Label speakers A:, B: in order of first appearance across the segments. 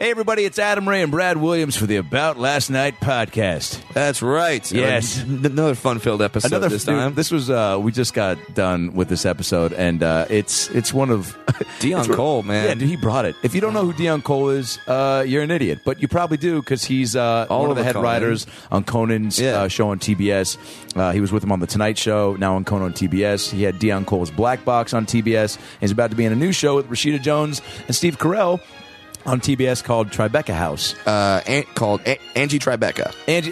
A: Hey, everybody, it's Adam Ray and Brad Williams for the About Last Night podcast.
B: That's right.
A: Yes.
B: An- another fun-filled episode
A: Another
B: this time.
A: This was uh, we just got done with this episode, and uh, it's it's one of
B: Dion
A: it's re-
B: Cole, man.
A: Yeah, dude, he brought it. If you don't know who Dion Cole is, uh, you're an idiot, but you probably do because he's uh,
B: All
A: one of the
B: over
A: head
B: Conan.
A: writers on Conan's
B: Yeah.
A: uh, show on TBS. Uh, he was with him on the Tonight Show, now on Conan on TBS. He had Dion Cole's Black Box on TBS. And he's about to be in a new show with Rashida Jones and Steve Carell on TBS called Tribeca House.
B: uh, an- called a- Angie Tribeca.
A: Angie.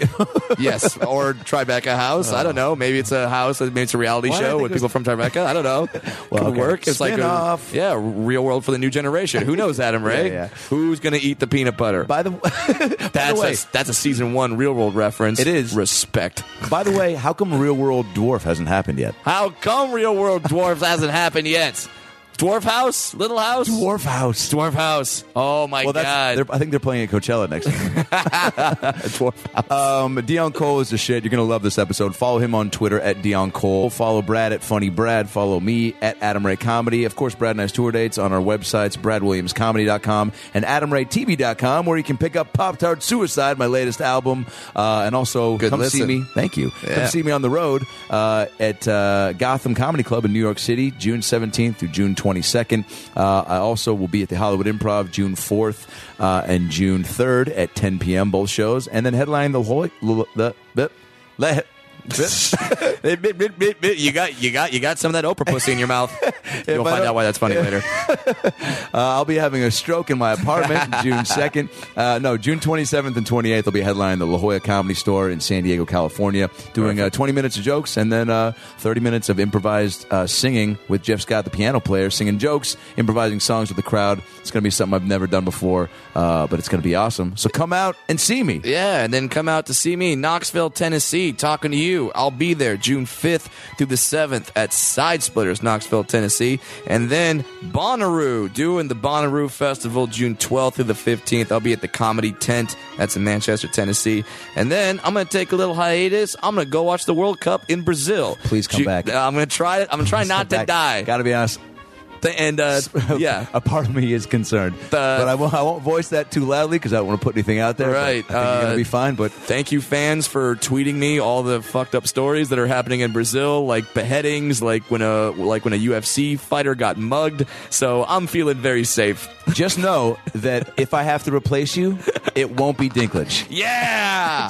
B: Yes, or Tribeca House. I don't know. Maybe it's a house. Maybe it's a reality
A: Oh. Why did I
B: show
A: think
B: with
A: it was-
B: people from Tribeca. I don't know.
A: Well,
B: Could
A: okay.
B: work. It's like a,
A: Spin-off.
B: yeah, real world for the new generation. Who knows, Adam Ray?
A: Yeah, yeah.
B: Who's gonna eat the peanut butter?
A: By the, by the
B: that's
A: way,
B: a, that's a season one real world reference.
A: It is.
B: respect.
A: by the way, how come Real World Dwarf hasn't happened yet?
B: How come real world dwarves hasn't happened yet? Dwarf house, little house,
A: Dwarf House.
B: Dwarf house. Oh my
A: Well, that's,
B: god!
A: they're, I think they're playing at Coachella next week. Um, Dion Cole is the shit. You're going to love this episode. Follow him on Twitter at Dion Cole. Follow Brad at Funny Brad. Follow me at Adam Ray Comedy. Of course, Brad and I's tour dates on our websites, bradwilliamscomedy.com and adamraytv.com, where you can pick up Pop Tart Suicide, my latest album, uh, and also
B: Good
A: come see
B: listen.
A: me. Thank you. Come
B: Yeah.
A: see me on the road uh, at uh, Gotham Comedy Club in New York City, June 17th through June 22nd. Uh, I also will be at the Hollywood Improv June 4th uh, and June 3rd at 10 p.m. both shows, and then headlining the whole the the. the, the
B: Bit, bit, bit, bit, bit. You got, you got, you got some of that Oprah pussy in your mouth. You'll
A: I
B: find
A: don't-
B: out why that's funny later.
A: Uh, I'll be having a stroke in my apartment June 2nd. Uh, no, June 27th and 28th, I'll be headlining the La Jolla Comedy Store in San Diego, California, doing uh, 20 minutes of jokes and then uh, 30 minutes of improvised uh, singing with Jeff Scott, the piano player, singing jokes, improvising songs with the crowd. It's going to be something I've never done before, uh, but it's going to be awesome. So come out and see me.
B: Yeah, and then come out to see me, Knoxville, Tennessee, talking to you. I'll be there June 5th through the 7th at Side Splitters, Knoxville, Tennessee. And then Bonnaroo, doing the Bonnaroo Festival June 12th through the 15th. I'll be at the Comedy Tent. That's in Manchester, Tennessee. And then I'm going to take a little hiatus. I'm going to go watch the World Cup in Brazil.
A: Please come
B: Ju-
A: back.
B: I'm going to try it. I'm going to try not to die.
A: Got to be honest.
B: and uh, yeah.
A: a part of me is concerned, but I won't, I won't voice that too loudly because I don't want to put anything out there. but
B: Right,
A: I think you're
B: uh,
A: gonna be fine. But
B: Thank you, fans, for tweeting me all the fucked up stories that are happening in Brazil, like beheadings, like when a like when a UFC fighter got mugged. So I'm feeling very safe.
A: Just know that if I have to replace you, it won't be Dinklage.
B: Yeah.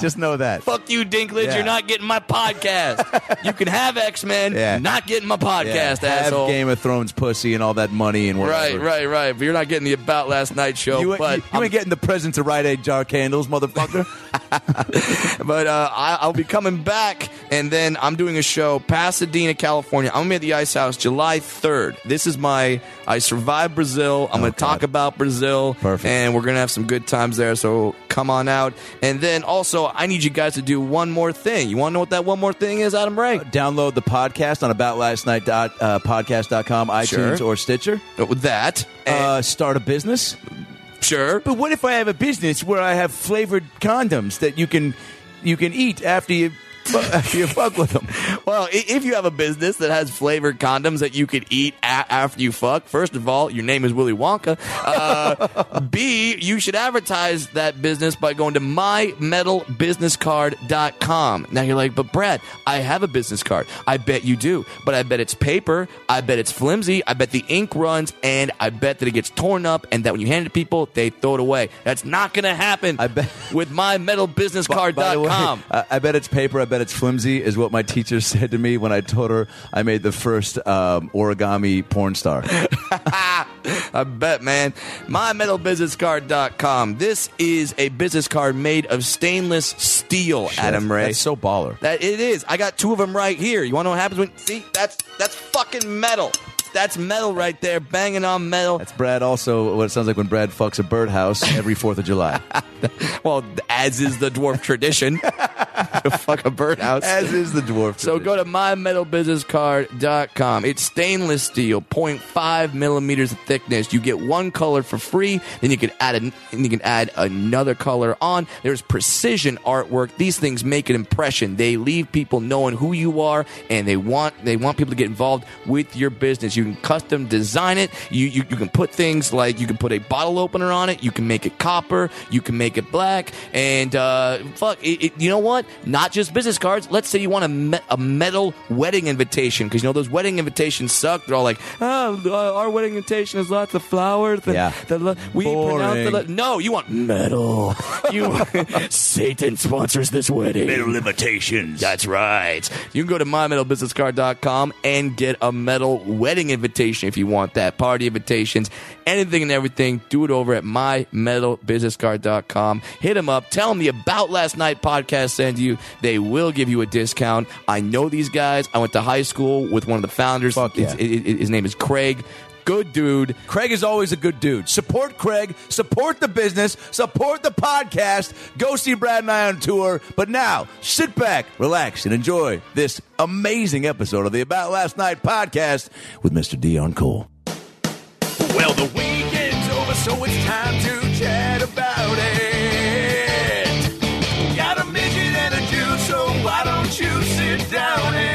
A: Just know that.
B: Fuck you, Dinklage.
A: Yeah.
B: You're not getting my podcast. you can have X Men.
A: Yeah.
B: Not getting my
A: Yeah,
B: podcast,
A: have
B: asshole.
A: Game of Thrones pussy and all that money and
B: right,
A: whatever.
B: right, right. But you're not getting the about last night show.
A: You,
B: but
A: you, you
B: I'm-
A: ain't getting the present to Rite Aid jar candles, motherfucker.
B: but uh, I, I'll be coming back, and then I'm doing a show Pasadena, California. I'm gonna be at the Ice House July 3rd. This is my I survived Brazil. I'm gonna talk about Brazil,
A: Perfect.
B: and we're gonna have some good times there. So come on out, and then also I need you guys to do one more thing. You want to know what that one more thing is, Adam Ray?
A: Download the podcast on aboutlastnight dot, uh, podcast.com, iTunes,
B: Sure.
A: or Stitcher.
B: With that, and-
A: Uh, start a business.
B: sure.
A: But what if I have a business where I have flavored condoms that you can you can eat after you, fu- after you fuck with them?
B: Well, i- if you have a business that has flavored condoms that you could eat a- after you fuck, first of all, your name is Willy Wonka. Uh, B, you should advertise that business by going to mymetalbusinesscard.com. Now you're like, but Brad, I have a business card. I bet you do, but I bet it's paper. I bet it's flimsy. I bet the ink runs, and I bet that it gets torn up, and that when you hand it to people, they throw it away. That's not going to happen
A: I bet-
B: with mymetalbusinesscard.com.
A: By the way, I, I bet it's paper. I bet it's flimsy. Is what my teacher said to me when I told her I made the first um, origami porn star.
B: I bet, man. MyMetalBusinessCard.com. This is a business card made of stainless steel, Adam Ray.
A: That's so baller.
B: that it is. I got two of them right here. You want to know what happens when? See, that's that's fucking metal. That's metal right there, banging on metal.
A: That's Brad. Also, what it sounds like when Brad fucks a birdhouse every Fourth of July.
B: well, as is the dwarf tradition. to fuck a birdhouse.
A: As is the dwarf.
B: So go to mymetalbusinesscard.com. It's stainless steel, 0.5 millimeters of thickness. You get one color for free, then you can add an, and you can add another color on. There's precision artwork. These things make an impression. They leave people knowing who you are, and they want they want people to get involved with your business. You can custom design it. You you, you can put things like you can put a bottle opener on it. You can make it copper. You can make it black. And uh, fuck, it, it, you know what? Not just business cards. Let's say you want a, me- a metal wedding invitation because you know those wedding invitations suck. They're all like, oh, uh, our wedding invitation has lots of flowers. The,
A: Yeah.
B: the lo- we pronounce the lo-"
A: Boring.
B: no. You want metal. You Satan sponsors this wedding. Metal invitations. That's right. You can go to mymetalbusinesscard.com and get a metal wedding invitation if you want that. Party invitations, anything and everything. Do it over at mymetalbusinesscard.com. Hit them up. Tell them the About Last Night podcast sent you. They will give you a discount. I know these guys. I went to high school with one of the founders.
A: Fuck yeah.
B: It's- it- it- his name is Craig. Good dude.
A: Craig is always a good dude. Support Craig, support the business, support the podcast. Go see Brad and I on tour. But now, sit back, relax, and enjoy this amazing episode of the About Last Night podcast with Mr. Dion Cole. Well, the weekend's over, so it's time to chat about it. Got a midget and a Jew, so why don't you sit down and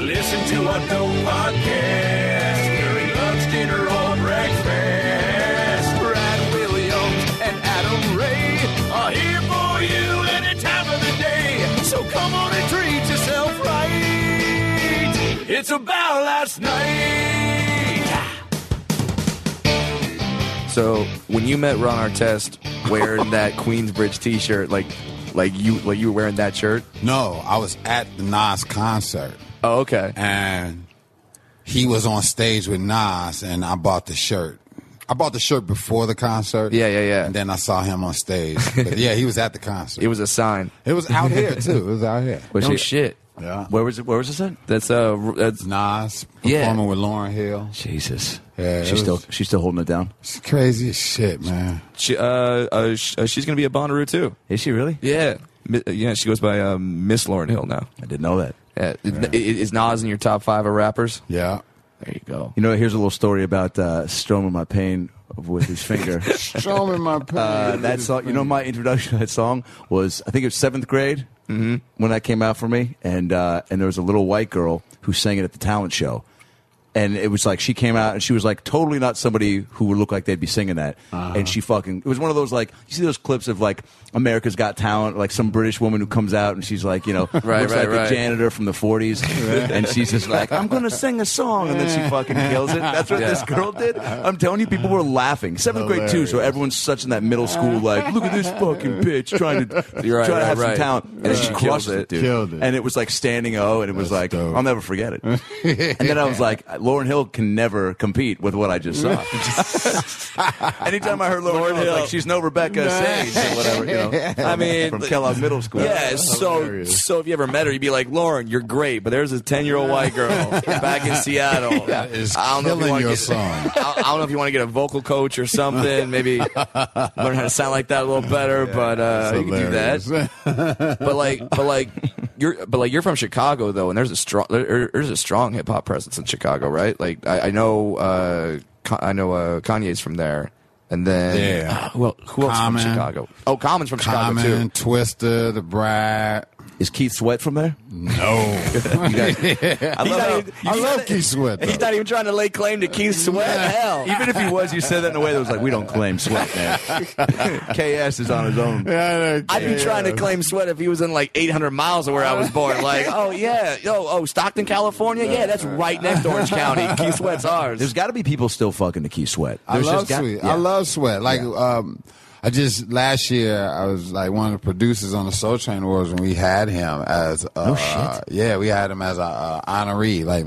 A: Listen to a no podcast during lunch, dinner, or breakfast. Brad Williams and Adam Ray are here for you any time of the day. So come on and treat yourself right. It's about last night.
B: So when you met Ron Artest wearing that Queensbridge T-shirt, like, like you, like you were wearing that shirt.
C: No, I was at the Nas concert
B: Oh, okay.
C: and he was on stage with Nas and I bought the shirt. I bought the shirt before the concert.
B: Yeah, yeah, yeah.
C: And then I saw him on stage. But yeah, he was at the concert.
B: It was a sign.
C: It was out here too. It was out here.
B: no shit.
C: Yeah.
A: Where was it? Where was this at?
B: That's uh, r- that's
C: Nas
B: Yeah.
C: performing with Lauren Hill.
A: Jesus.
C: Yeah, it
A: she's
C: was-
A: still she's still holding it down.
C: It's crazy as shit, man.
B: she, uh, uh, sh- uh, she's gonna be a Bonnaroo too.
A: Is she really?
B: Yeah, Mi- uh, yeah. She goes by um, Miss Lauren Hill now.
A: I didn't know that.
B: Yeah. Is- Is Nas in your top five of rappers?
C: Yeah.
B: There you go.
A: You know, here's a little story about uh, Stroma my pain with his finger.
C: Show me my pain.
A: uh, that song, you know, my introduction to that song was I think it was seventh grade mm-hmm, when that came out for me, and uh, and there was a little white girl who sang it at the talent show, and it was like she came out and she was like totally not somebody who would look like they'd be singing that,
B: Uh-huh.
A: and she fucking it was one of those like you see those clips of like America's Got Talent, like some British woman who comes out and she's like you know
B: Right,
A: looks
B: right,
A: like
B: right.
A: the janitor from the '40s, and she's just like I'm gonna sing a song, and then she fucking kills it. That's what
B: Yeah.
A: this girl did. I'm telling you, people were laughing. Seventh grade too, so
C: Hilarious.
A: everyone's such in that middle school, like, look at this fucking bitch trying to
B: You're right,
A: try to
B: right,
A: have
B: right.
A: some talent, and
B: Yeah.
A: then she
B: She
A: crushed
B: killed
A: it,
B: it.
A: dude.
C: Killed it.
A: And it was like standing O, and it was
C: That's
A: like,
C: dope.
A: I'll never forget it. and then I was like, Lauren Hill can never compete with what I just saw. Anytime I heard Lauren, Hill, I was like she's no Rebecca Sage or whatever, you know.
B: I mean,
A: From Kellogg Middle School.
B: Yeah, so
C: hilarious.
B: so if you ever met her, you'd be like, Lauren, you're great, but there's this ten year old white girl back in Seattle.
C: That is
B: you
C: killing
B: wanna
C: your
B: get,
C: song.
B: I, I don't know if you want to get a vocal coach or something. Maybe learn how to sound like that a little better, but uh, you can do that. But like, but like. You're, but like you're from Chicago though, and there's a strong there, there's a strong hip hop presence in Chicago, right? Like I, I know uh, Ka- I know uh, Kanye's from there, and then
C: Yeah.
B: Ah, who, el- who else
C: Common.
B: from Chicago? Oh, Common's from Chicago too.
C: Common, Twister, The Bride.
A: Is Keith Sweat from there?
C: No.
A: I love how-
C: I love Keith Sweat. though.
B: He's not even trying to lay claim to Keith Sweat. Hell,
A: even if he was, you said that in a way that was like, we don't claim Sweat, man. KS is on his own.
C: Yeah,
B: I'd be
C: yeah.
B: trying to claim Sweat if he was in like 800 miles of where I was born. Like, oh yeah, yo, oh Stockton, California, yeah, that's right next to Orange County. Keith Sweat's
A: There's
B: ours.
A: got to be people still fucking to Keith Sweat.
C: I
A: There's
C: love
A: just got-
C: sweat.
A: yeah.
C: I love sweat. Like um, I just last year, I was like one of the producers on the Soul Train Awards when we had him as. Uh,
A: shit.
C: Yeah, we had him as a uh, honoree, like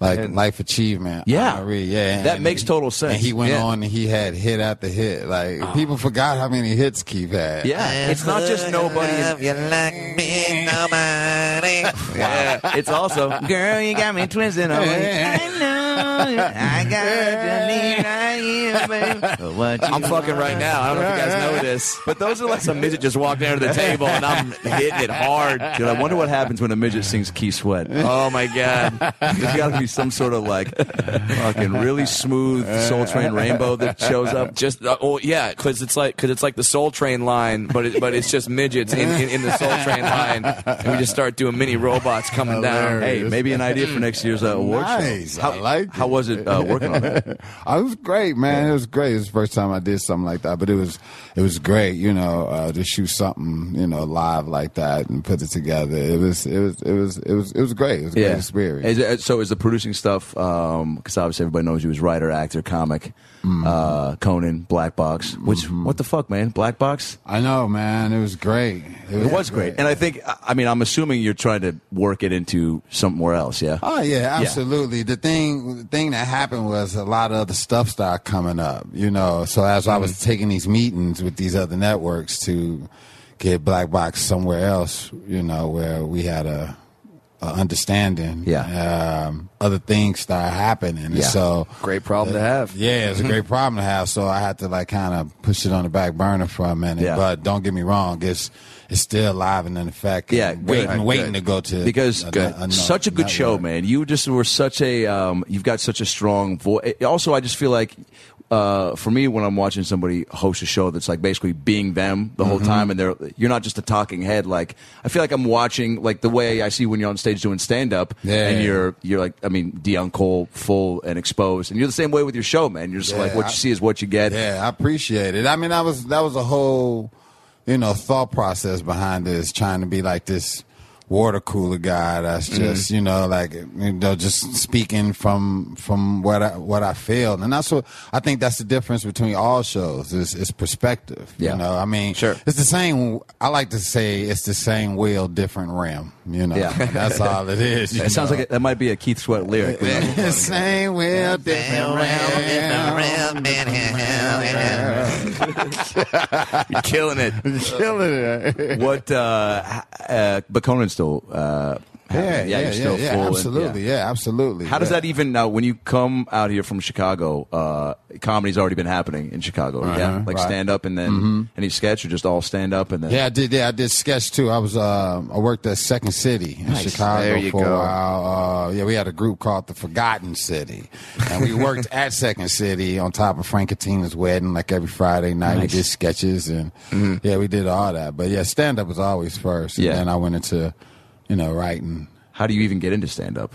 C: like life achievement.
A: Yeah.
C: honoree. Yeah,
A: That makes total sense.
C: And he went
A: Yeah. Oh.
C: on and he had hit after hit. Like people forgot how many hits Keith had.
A: Yeah, it's not just nobody. in-
D: you like me, nobody.
A: yeah, it's also girl. You got me twisted. I'm like, I know. I got what you need. I
B: I'm fucking right now. I don't know if you guys know this. But those are like some midget just walked down to the table and I'm hitting it hard.
A: Dude, I wonder what happens when a midget sings Key Sweat.
B: Oh my god.
A: There's got to be some sort of like fucking really smooth Soul Train rainbow that shows up.
B: Just uh, oh yeah, because it's like because it's like the Soul Train line, but it, but it's just midgets in, in, in the Soul Train line, and we just start doing mini robots coming down.
A: Hey, maybe an idea for next year's uh, award
C: Nice.
A: show.
C: I
A: How,
C: like
A: How was it uh, working on it?
C: I Uh, was great, man. It was great. It was the first time I did something like that, but it was it was great, you know, uh, to shoot something, you know, live like that and put it together. It was it was it was it was it was great. It was a great experience.
A: Is it- so is the producing stuff because obviously everybody knows you as writer, actor, comic,
B: Mm-hmm.
A: uh, Conan, Black Box. Which what the fuck, man? Black Box.
C: I know, man. It was great.
A: It was great, and I think I- I mean I'm assuming you're trying to work it into somewhere else. Yeah.
C: Oh yeah, absolutely. The thing, the thing that happened was a lot of other stuff started coming up, you know. So as I
A: Mm-hmm.
C: was taking these meetings with these other networks to get Black Box somewhere else, you know, where we had a, a understanding.
A: Yeah.
C: Um, other things started happening, and
A: Yeah. Mm-hmm.
C: so
B: Great problem to have.
C: yeah, it's a great problem to have. So I had to like kind of push it on the back burner for a minute.
A: Yeah.
C: But don't get me wrong, it's it's still alive and in effect.
A: Yeah,
C: and
A: good,
C: waiting,
A: good.
C: waiting to go to
A: because
C: ano-
A: good.
C: ano-
A: such a good show,
C: network.
A: man. You just were such a um, you've got such a strong voice. Also, I just feel like uh, for me when I'm watching somebody host a show that's like basically being them the
C: Mm-hmm.
A: whole time, and they're you're not just a talking head. Like I feel like I'm watching like the way I see when you're on stage doing stand up,
C: Yeah.
A: and you're you're like I mean Dion Cole full and exposed, and you're the same way with your show, man. You're just like
C: Yeah,
A: what
C: I-
A: you see is what you get.
C: Yeah, I appreciate it. I mean, I was that was a whole, you know, thought process behind this, trying to be like this water cooler guy that's
A: Mm-hmm.
C: just you know like you know just speaking from from what I what I feel, and that's what I think that's the difference between all shows is is perspective.
A: Yeah.
C: You know, I mean,
B: Sure.
C: it's the same. I like to say it's the same wheel, different rim. You know,
A: Yeah.
C: that's all it is. you
A: It sounds
C: know.
A: like it, that might be a Keith Sweat lyric.
C: same wheel, different rim.
B: You're killing it.
C: Killing it.
A: what uh, h- uh but Conan's still uh
C: Yeah,
A: happening.
C: yeah, yeah,
A: you're still
C: yeah,
A: full and-
C: absolutely,
A: yeah.
C: yeah. absolutely.
A: How does
C: yeah.
A: that even now? When you come out here from Chicago, uh, comedy's already been happening in Chicago, yeah,
C: Uh-huh,
A: like
C: right. Mm-hmm.
A: stand up and then any sketch or just all stand up and then
C: Yeah, I did. Yeah, I did sketch too. I was um, I worked at Second City in Chicago
B: There you
C: for
B: go.
C: a while. Uh, yeah, we had a group called the Forgotten City, and we worked at Second City on top of Frank Catina's wedding. Like every Friday night, we did sketches and yeah, we did all that. But yeah, stand up was always first.
A: Mm-hmm. Yeah.
C: and then I went into you know writing.
A: How do you even get into stand up?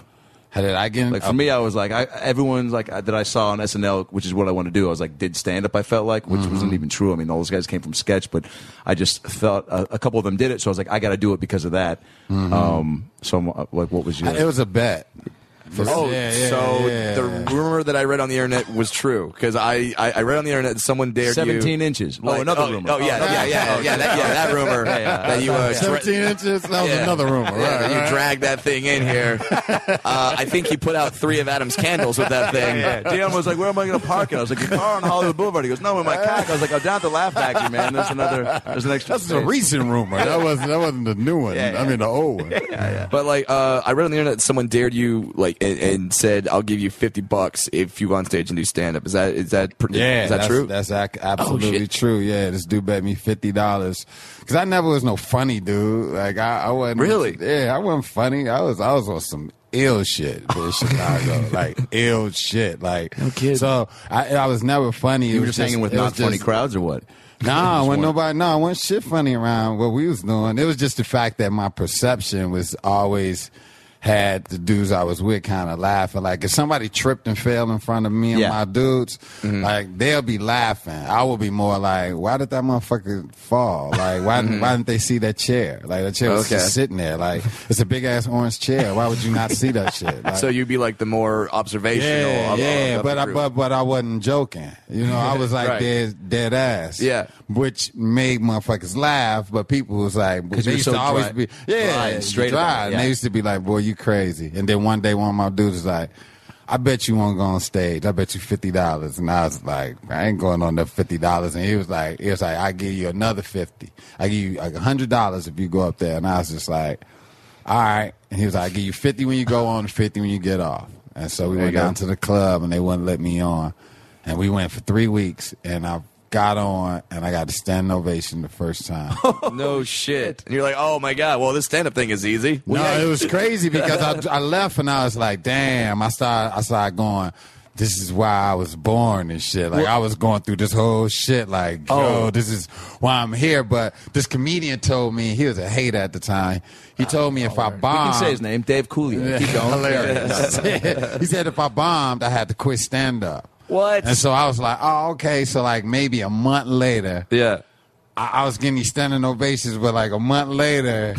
C: How did I get? in-
A: Like for me, I was like, I, everyone's like I- that I saw on SNL, which is what I want to do. I was like, did stand up? I felt like, which wasn't even true. I mean, all those guys came from sketch, but I just felt uh, a, a couple of them did it, so I was like, I got to do it because of that. Um, so I'm, uh, like, what was your?
C: it was a bet.
B: Oh,
C: Yeah, yeah,
B: so
C: yeah.
B: the rumor that I read on the internet was true because I, I I read on the internet that someone dared you.
A: Seventeen inches. Oh,
B: Like,
A: another
B: oh,
A: rumor.
B: Oh yeah, yeah, yeah, yeah, that, yeah, that rumor that you uh, dra-
C: 17 inches. That was
B: Yeah.
C: another rumor. Right,
B: Yeah,
C: right.
B: you dragged that thing in here. uh, I think you put out three of Adam's candles with that thing.
A: Dion was like, "Where am I going to park it?" I was like, "Your car on Hollywood Boulevard." He goes, "No, in my cock." I was like, "I'm down at the Laugh Factory, man. There's another. There's an extra."
C: That's a
A: space."
C: recent rumor. That wasn't that wasn't the new one. I mean the old one.
B: But like, uh, I read on the internet that someone dared you, like, and, and said, "I'll give you fifty bucks if you go on stage and do stand up." Is that is that pr-
C: Yeah,
B: is that
C: that's,
B: true?
C: That's ac- absolutely
B: shit.
C: true. Yeah, this dude bet me fifty dollars because I never was no funny dude. Like I, I wasn't
B: Really?
C: Yeah, I wasn't funny. I was I was on some ill shit in Chicago, like ill shit. Like
B: kidding.
C: so I, I was never funny. It
A: You were
C: was
A: just hanging with
C: it was
A: not funny
C: just-
A: crowds or what?
C: No, when nobody, no, when shit funny around what we was doing, it was just the fact that my perception was always had the dudes I was with kind of laughing. Like if somebody tripped and fell in front of me and
A: Yeah.
C: my dudes, like they'll be laughing. I will be more like, why did that motherfucker fall? Like why didn't why didn't they see that chair? Like that chair was
B: Okay.
C: just sitting there. Like it's a big ass orange chair. Why would you not see that shit? Like,
B: so you'd be like the more observational.
C: yeah,
B: of-
C: yeah,
B: of the
C: but uh, I,
B: group.
C: but but I wasn't joking. You know, I was like
B: Right.
C: dead dead ass.
B: Yeah.
C: which made motherfuckers laugh. But people was like, they
A: you were
C: used
A: so
C: to always
A: dry-
C: be
A: dry
C: yeah
A: and straight about
C: dry.
A: it,
C: And
A: yeah.
C: they used to be like, boy, you crazy. And then one day, one of my dudes was like. I bet you won't go on stage. I bet you fifty dollars, and I was like, I ain't going on the fifty dollars. And he was like, he was like, I give you another fifty. I give you like hundred dollars if you go up there. And I was just like, all right. And he was like, I give you 50 when you go on, 50 when you get off. And so we went down to the club and they wouldn't let me on. and we went for three weeks, and I got on, and I got a standing ovation the first time.
B: no shit. And you're like, oh my god. Well, this stand up thing is easy.
C: no, it was crazy because I, I left and I was like, damn. I started I started going. This is why I was born and shit. Like I was going through this whole shit. Like,
A: Oh.
C: yo, this is why I'm here. But this comedian told me he was a hater at the time. He told me if I
A: You
C: bombed,
A: Ah, can say his name, Dave Coulier.
C: Yeah,
A: Keep going.
C: Hilarious. he said if I bombed, I had to quit stand up.
B: What?
C: And so I was like, oh, okay. So like maybe a month later,
B: Yeah.
C: I, I was getting these standing ovations, but like a month later,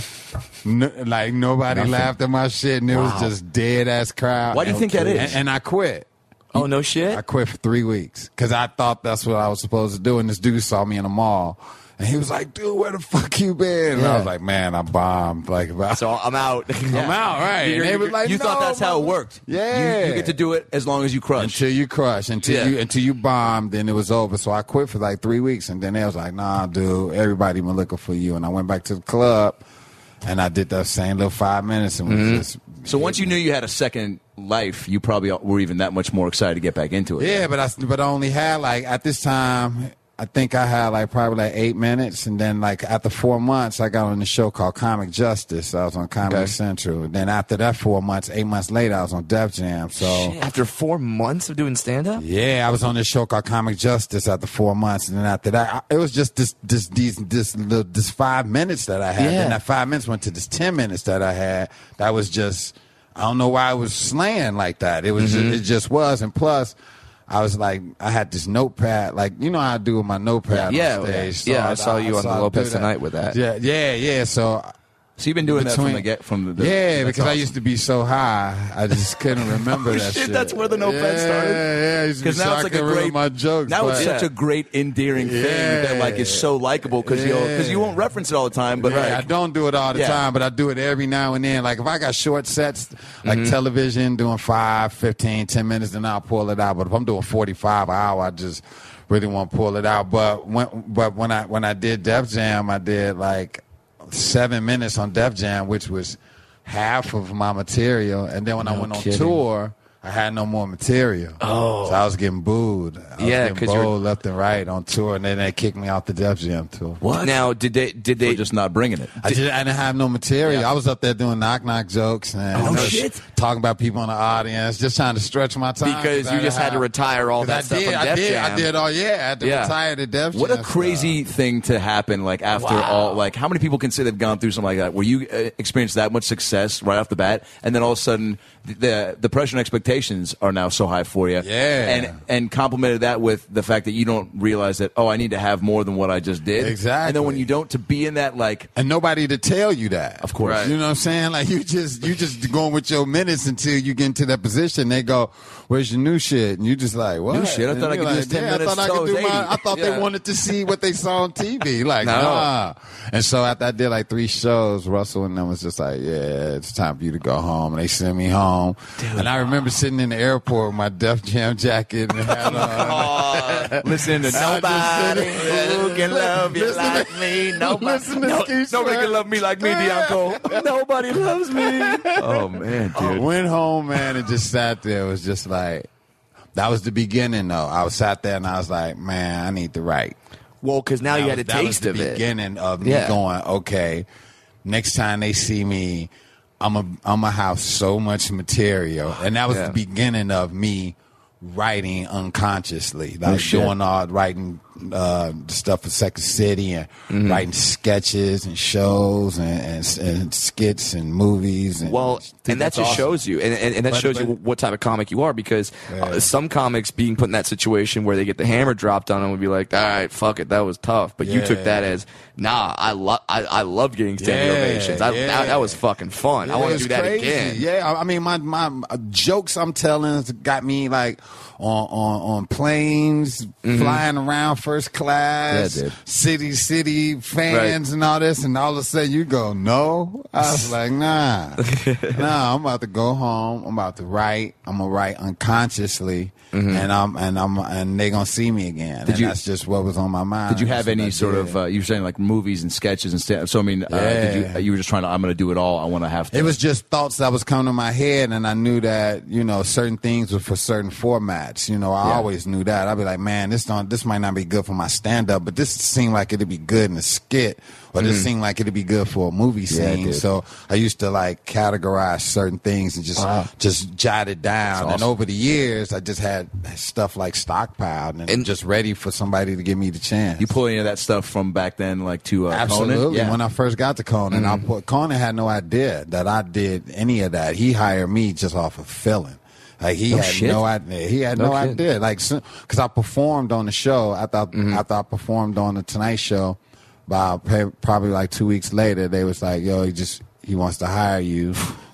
C: no, like nobody laughed at my shit, and it was just dead ass crowd.
A: Why do you think that is?
C: And, and I quit.
B: Oh no shit.
C: I quit for three weeks because I thought that's what I was supposed to do. And this dude saw me in a mall, and he was like, "Dude, where the fuck you been?" And I
A: Yeah.
C: was like, "Man, I bombed." Like, about
B: So I'm out.
C: I'm out, right? And they was like,
A: you thought
C: "No,
A: that's how it worked.
C: Yeah.
A: You, you get to do it as long as you crush.
C: until you crush, until
B: Yeah.
C: you until you bombed, then it was over. So I quit for like three weeks, and then they was like, "Nah, dude, everybody been looking for you." And I went back to the club, and I did that same little five minutes, and was just
A: so once you knew you had a second life, you probably were even that much more excited to get back into it.
C: yeah. But I s- but I only had like at this time. I think I had like probably like eight minutes, and then like after four months, I got on the show called Comic Justice. I was on Comedy
A: Okay.
C: Central. Then after that, four months, eight months later, I was on Def Jam. So
B: After four months of doing stand up?
C: Yeah, I was on this show called Comic Justice after four months, and then after that, I, it was just this this these this little, this five minutes that I had.
B: Yeah.
C: Then that five minutes went to this ten minutes that I had. That was just I don't know why I was slaying like that. It was
B: Mm-hmm.
C: ju- it just was, and plus. I was like, I had this notepad, like you know how I do with my notepad.
B: Yeah,
C: on
B: yeah.
C: stage.
B: Yeah, I saw you on
C: so
B: the
C: I
B: Lopez
C: do that.
B: Tonight with that.
C: Yeah, yeah, yeah. So
A: So you've been doing that from
C: between-
A: the get from the, the
C: yeah,
A: that's
C: because I
A: awesome.
C: used to be so high, I just couldn't remember that
A: shit,
C: shit.
A: that's where the notepad
C: yeah,
A: started.
C: Yeah, yeah. I used to be
A: because
C: so
A: now
C: I
A: it's like a
C: could remember
A: great
C: my jokes.
A: Now it's
C: but-
A: such a great endearing thing that like is so likable because you because you
C: Yeah.
A: won't reference it all the time, but
C: Yeah, I
A: like,
C: don't do it all the
A: Yeah.
C: time, but I do it every now and then. Like if I got short sets, like television, doing five, 15, 10 minutes, then I'll pull it out. But if I'm doing 45 an hour, I just really want to pull it out. But when, but when I, when I did Def Jam, I did like seven minutes on Def Jam, which was half of my material. And then when I went on
B: kidding.
C: tour, I had no more material. Oh. So I was getting booed. I was
B: Yeah,
C: getting
B: 'cause you're-
C: booed left and right on tour. And then they kicked me off the Def Jam tour.
B: What? Now did they did they
A: they're just not bringing it.
C: I, just, I didn't have no material. I was up there doing knock knock jokes and
A: Oh,
C: you know,
A: shit.
C: talking about people in the audience, just trying to stretch my time.
B: Because
C: I
B: you just had to
C: have-
B: retire all
C: 'cause
B: that
C: I
B: stuff
C: did,
B: from
C: I
B: Def
C: did,
B: Jam.
C: I did all yeah. I had to
B: Yeah.
C: retire to Def
A: What a
C: Jam stuff.
A: crazy thing to happen! Like after all, like how many people can say they've gone through something like that? Where you uh, experienced that much success right off the bat, and then all of a sudden the the, the pressure and expectations are now so high for you.
C: Yeah.
A: and and complemented that with the fact that you don't realize that oh, I need to have more than what I just did. And then when
C: Exactly.
A: you don't, to be in that like
C: and nobody to tell you that.
A: Of course. Right.
C: you know what I'm saying. Like you just you just going with your minutes until you get into that position. They go, "Where's your new shit?" And you just like, "What
A: New shit? I
C: And
A: thought I
C: you're
A: could do
C: like,
A: this 10
C: "Yeah, I
A: minutes,
C: thought I
A: so
C: could
A: it's
C: do my.
A: 80."
C: I thought
A: Yeah.
C: they wanted to see what they saw on TV. Like,
B: No.
C: nah. And so after I did like three shows, Russell and them was just like, "Yeah, it's time for you to go home." And they sent me home. and I remember sitting in the airport with my Def Jam jacket and hat on.
A: listen to
C: I
A: nobody
C: just said it.
A: who can love you
C: Listen to-
A: like me. Nobody,
C: listen to
A: no,
C: Skeet
A: nobody
C: Sweat.
A: can love me like me, Bianco. nobody loves me. Oh man, dude.
C: Went home, man, and just sat there. It was just like that was the beginning, though. I was sat there and I was like, man, I need to write.
B: Well, because now Oh, you had a
C: That was-
B: taste
C: that
B: of
C: was the
B: it.
C: Beginning of me
B: Yeah.
C: going, okay. Next time they see me, I'm a I'm a have so much material, and that was
B: Yeah.
C: the beginning of me writing unconsciously, like
A: shit.
C: doing all writing uh, stuff for Second City and
B: Mm-hmm.
C: writing sketches and shows and, and, and skits and movies. And
B: Well, and that
C: that's
B: just
C: awesome.
B: shows you, and, and, and that
C: But-
B: shows you
C: but-
B: what type of comic you are. Because uh, some comics being put in that situation where they get the hammer dropped on them would be like, "All right, fuck it, that was tough." But you took
C: Yeah.
B: that as, "Nah, I love, I, I love getting standing
C: Yeah,
B: ovations. I,
C: yeah.
B: that, that was fucking fun. I
C: Yeah,
B: want to
C: it's
B: do that
C: crazy.
B: again."
C: Yeah, I- I mean, my my uh, jokes I'm telling has got me like on on, on planes, flying around, first class,
A: Mm-hmm. Yeah, dude.
C: city, city fans, and all this, and all of a sudden you go, no. I was like, nah, nah. I'm about to go home. I'm about to write. I'm gonna write unconsciously, and I'm and I'm and they gonna see me again. and
A: Mm-hmm. you-
C: that's just what was on my mind.
A: Did you
C: Ah, That's
A: have
C: what
A: any
C: I
A: sort
C: did.
A: of? Uh, you were saying like movies and sketches and stuff. So I mean, uh, did
C: Yeah.
A: you you were just trying to? I'm going to do it all. I want to have. To,
C: It was just thoughts that was coming to my head, and I knew that you know certain things were for certain formats. You know, I
A: Yeah.
C: always knew that. I'd be like, man, this don't, this might not be good for my stand up, but this seemed like it'd be good in a skit, or this seemed like it'd be good for a movie
A: Mm-hmm. Yeah,
C: scene.
A: dude.
C: so I used to like categorize certain things and just just jot it down.
A: That's
C: And
A: awesome.
C: over the years, I just had stuff like stockpiled and,
B: And-
C: just ready for somebody to give me the chance.
A: you pull any of that stuff from back then, like to uh, Conan?
C: Absolutely.
A: Yeah.
C: When I first got to Conan, I put, Conan had no idea that I did any of that. He hired me just off of feeling. Like he
A: No
C: had
A: shit.
C: no idea. He had
A: No
C: no,
A: shit.
C: idea. Like because I performed on the show after I, after I performed on the Tonight Show. By pa- probably like two weeks later, they was like, "Yo, he just he wants to hire you."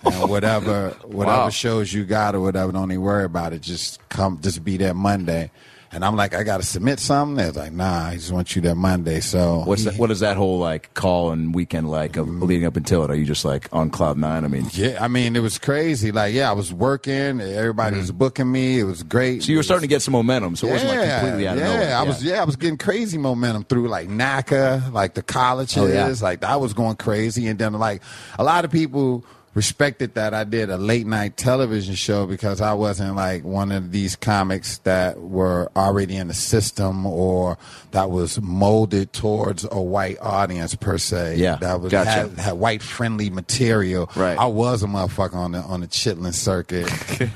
C: And whatever, whatever
B: Wow.
C: shows you got or whatever, don't even worry about it. Just come, just be there Monday. And I'm like, I gotta submit something. They're like, Nah, I just want you there Monday. So
A: What's
C: he-
A: that, what is that whole like call and weekend like of leading up until it? Are you just like on cloud nine? I mean,
C: Mm-hmm. Yeah, I mean, it was crazy. Like, yeah, I was working. Everybody was booking me. It was great.
A: Mm-hmm. so you
C: It
A: were
C: was-
A: starting to get some momentum. So it wasn't like completely out of
C: yeah,
A: nowhere.
C: I was yeah, I was getting crazy momentum through like NACA, like the colleges,
A: Oh, yeah.
C: like I was going crazy, and then like a lot of people respected that I did a late night television show because I wasn't like one of these comics that were already in the system or that was molded towards a white audience per se.
A: Yeah,
C: that was
A: gotcha.
C: had, had white friendly material.
B: Right.
C: I was a motherfucker on the on the chitlin circuit,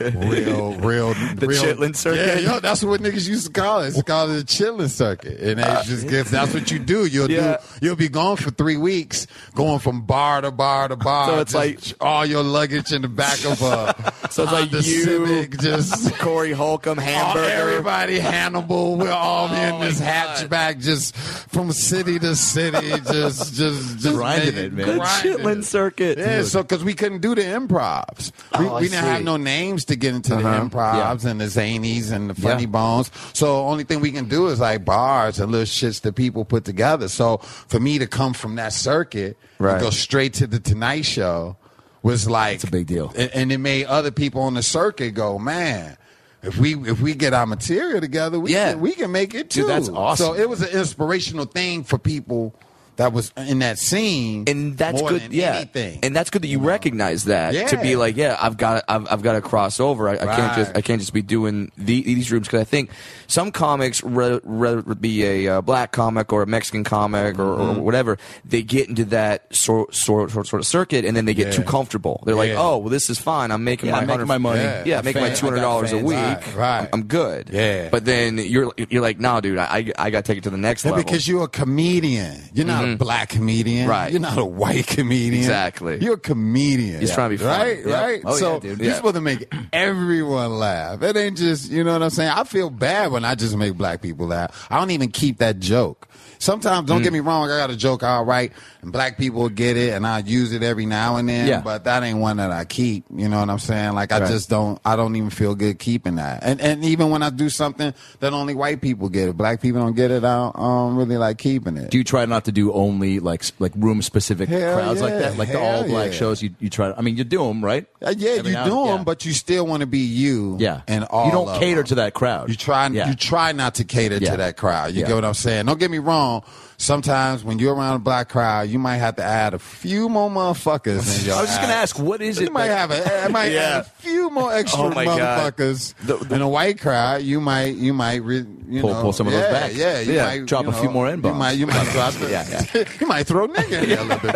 C: real real
B: The
C: real-
B: chitlin circuit?
C: Yeah, yo, Oh, that's what niggas used to call it. It's called the chilling circuit, and they just give. That's what you do. You'll
B: Ah, Yeah.
C: do. You'll be gone for three weeks, going from bar to bar to bar.
B: So it's
C: just all your luggage in the back of a.
B: So it's like
C: Honda
B: you-
C: Civic, just
B: Corey Holcomb,
C: all,
B: hamburger.
C: Oh,
B: Oh
C: everybody Hannibal. We're all in
B: my
C: this
B: God.
C: hatchback, just from city to city, just just just
A: Grinding
C: making-
A: it, man.
B: The
C: grinding
B: Chitlin
C: it.
B: circuit.
C: Yeah, so because we couldn't do the improvs, we,
A: Oh,
C: we didn't have no names to get into the improvs and the zanies and the funny
A: Uh-huh. Yeah.
C: bones. So only thing we can do is like bars and little shits that people put together. So for me to come from that circuit
A: Right.
C: and go straight to the Tonight Show was like
A: a big deal.
C: and, and it made other people on the circuit go, man. If we if we get our material together, we
B: Yeah.
C: can, we can make it too.
A: Dude, that's awesome.
C: So it was an inspirational thing for people that was in that scene
B: and that's
C: more
B: good
C: than
B: yeah
C: anything.
B: and that's good that you recognize that to be
C: Yeah.
B: like yeah i've got i've, I've got to cross over I, I can't
C: Right.
B: just i can't just be doing the, these rooms because i think some comics rather rather be a uh, black comic or a mexican comic or,
C: Mm-hmm.
B: or whatever they get into that sort sort sort, sort of circuit and then they get
C: Yeah.
B: too comfortable they're like
C: Yeah.
B: oh well this is fine i'm making
A: Yeah,
B: my
A: I'm making
B: 100
A: my money.
B: yeah,
C: Yeah.
B: I'm making my
A: Fans-
B: two hundred dollars a
A: I got
B: week
A: fans.
C: Right, right.
B: i'm good
C: Yeah.
B: but then you're you're like nah dude i i, I got to take it to the next
C: Yeah,
B: level Mm-hmm.
C: because you're a comedian. You're not a black comedian.
B: Right.
C: You're not a white comedian.
B: Exactly.
C: You're a comedian.
B: He's trying to be funny.
C: Right,
B: Yeah.
C: right.
B: Oh, yeah,
C: so
B: dude.
C: you're
B: Yeah.
C: supposed to make everyone laugh. It ain't just, you know what I'm saying? I feel bad when I just make black people laugh. I don't even keep that joke. Sometimes, don't get
A: Mm.
C: me wrong, I got a joke I'll write and black people will get it and I'll use it every now and then,
A: Yeah.
C: but that ain't one that I keep. You know what I'm saying? Like, I
A: Right.
C: just don't, I don't even feel good keeping that. And and even when I do something that only white people get it, black people don't get it, I don't, I don't really like keeping it.
A: Do you try not to do only like s- like room specific
C: Hell
A: crowds like
C: yeah.
A: that, like the
C: Hell
A: all black
C: yeah.
A: shows? You you try. I mean, you do them right.
C: Uh, yeah,
A: Every
C: you
A: now-
C: do them,
A: yeah.
C: but you still want to be you.
A: Yeah,
C: and all
A: you don't
C: of
A: cater
C: them.
A: to that crowd.
C: You try.
A: Yeah.
C: You try not to cater
A: Yeah.
C: to that crowd. You
A: Yeah.
C: get what I'm saying? Don't get me wrong. Sometimes when you're around a black crowd, you might have to add a few more motherfuckers. In your
A: I was just gonna ask, what is
C: You
A: it
C: might
A: that-
C: have a, I might
B: Yeah.
C: add a few more extra
B: Oh my God.
C: motherfuckers in a white crowd. You might, you might, re, you
A: Pull-
C: know,
A: pull some of those
C: yeah,
A: back.
C: Yeah, you
A: Yeah.
C: Might,
A: Drop
C: you
A: a few
C: know,
A: more
C: You
A: N-bombs.
C: might, you might drop. yeah, you might throw nigga in there a little bit.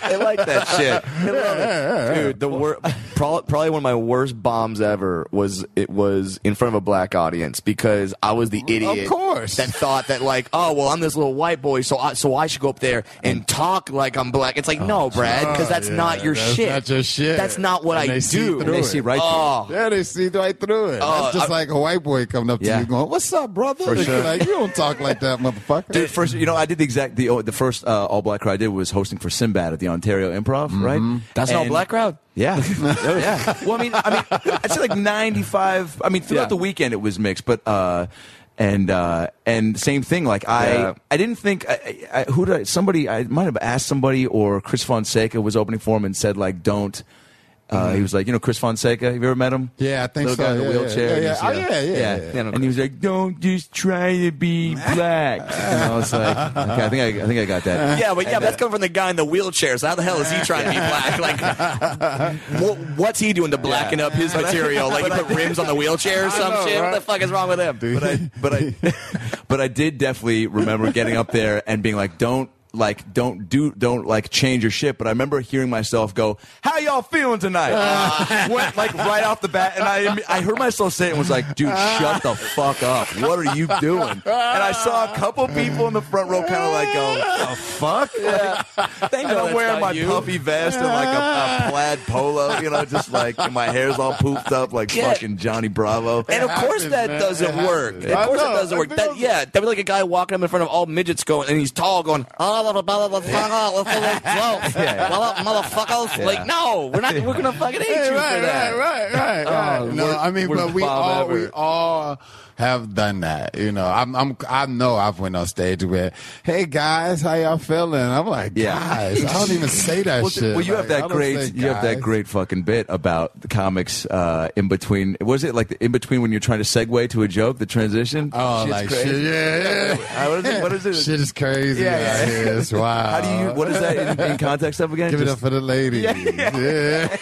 B: I like that shit. I love it. Dude, the wor- pro- probably one of my worst bombs ever was it was in front of a black audience because I was the idiot,
C: course.
B: that thought that like, oh well, I'm this little white boy, so I so I should go up there and talk like I'm black. It's like, no, Brad, because that's
C: yeah,
B: not your
C: that's
B: shit.
C: not your shit.
B: That's not what
C: And
B: I
C: they see
B: do.
C: through And they
A: see it. right through
B: oh,
C: Yeah, they see right through it.
B: Oh,
C: That's just
B: I-
C: like a white boy coming up to
A: Yeah.
C: you going, "What's up, brother?"
A: For sure.
C: Like you don't talk like that, motherfucker.
A: Dude, first, you know, I did the exact the oh, the first uh, all black crowd I did was hosting for Sinbad at the Ontario Improv,
C: Mm-hmm.
A: right?
B: That's an
A: And-
B: all-black crowd?
A: Yeah, Oh, yeah. Well, I mean, I mean, I'd say like ninety five. I mean, throughout
B: Yeah.
A: the weekend it was mixed, but. uh And uh, and same thing. Like I
B: Yeah.
A: I didn't think I, I, I- who did I, somebody I might have asked somebody or Chris Fonseca was opening for him and said like don't. Uh, He was like, you know, Chris Fonseca. Have you ever met him?
C: Mm-hmm. Yeah, I think
A: Little guy
C: so.
A: in a
C: Yeah, yeah.
A: wheelchair.
C: Yeah,
A: and
C: yeah.
A: he's,
C: Oh, yeah, yeah, yeah.
B: Yeah, no,
A: and he was like, "Don't just try to be black." and I was like, "Okay, I think I, I think I got that." uh,
B: Yeah, but yeah, that's coming from the guy in the wheelchair. So how the hell is he trying to be black? Like, what, what's he doing to blacken up his material? Like, he put rims on the wheelchair or some shit. What the fuck is wrong with him?
A: but I, but I, but I did definitely remember getting up there and being like, "Don't like, don't do, don't like, change your shit." But I remember hearing myself go, "How y'all feeling tonight?" Went like right off the bat, and I, I heard myself say it and was like, "Dude, shut the fuck up! What are you doing?" And I saw a couple people in the front row kind of like go, "The fuck?"
B: Thank
A: And
B: God
A: I'm
B: that's
A: wearing
B: not
A: my
B: you.
A: puffy vest and like a, a plaid polo, you know, just like and my hair's all poofed up like
B: Yeah.
A: fucking Johnny Bravo.
B: And of course
C: happens,
B: that
C: man.
B: doesn't
C: It
B: work.
C: happens.
B: Of course
C: I
B: that
C: know.
B: doesn't work.
C: Like,
B: That,
C: they
B: yeah, that'd be like a guy walking up in front of all midgets going, and he's tall going, "Ah, blah, blah, blah, blah, blah, blah, blah, blah, blah,
A: Yeah.
B: blah, motherfuckers. Like, no, we're not. We're gonna fucking hate you
C: Hey,
B: for
C: right,
B: that.
C: right, right,
A: Oh,
C: right, right. No,
B: worst-
C: I mean,
B: worst
C: but we
B: bomb
C: all
B: ever.
C: we all have done that. You know, I'm, I'm I know I've went on stage where, hey guys, how y'all feeling? I'm like,
A: Yeah.
C: guys, I don't even say that
A: Well,
C: shit.
A: well, you have
C: Like,
A: that
C: I don't
A: great,
C: say
A: you have that
C: guys.
A: great fucking bit about the comics uh, in between. Was it like the in between when you're trying to segue to a joke, the transition?
C: Oh,
A: Shit's
C: like
A: crazy.
C: shit, yeah, yeah.
A: Uh, what is it? What is it?
C: Shit is crazy.
A: Yeah,
C: Yeah,
A: yeah.
C: yeah. It's wild.
A: How do you? What is that in, in context of again?
C: Give it
A: Just
C: up for the ladies. yeah.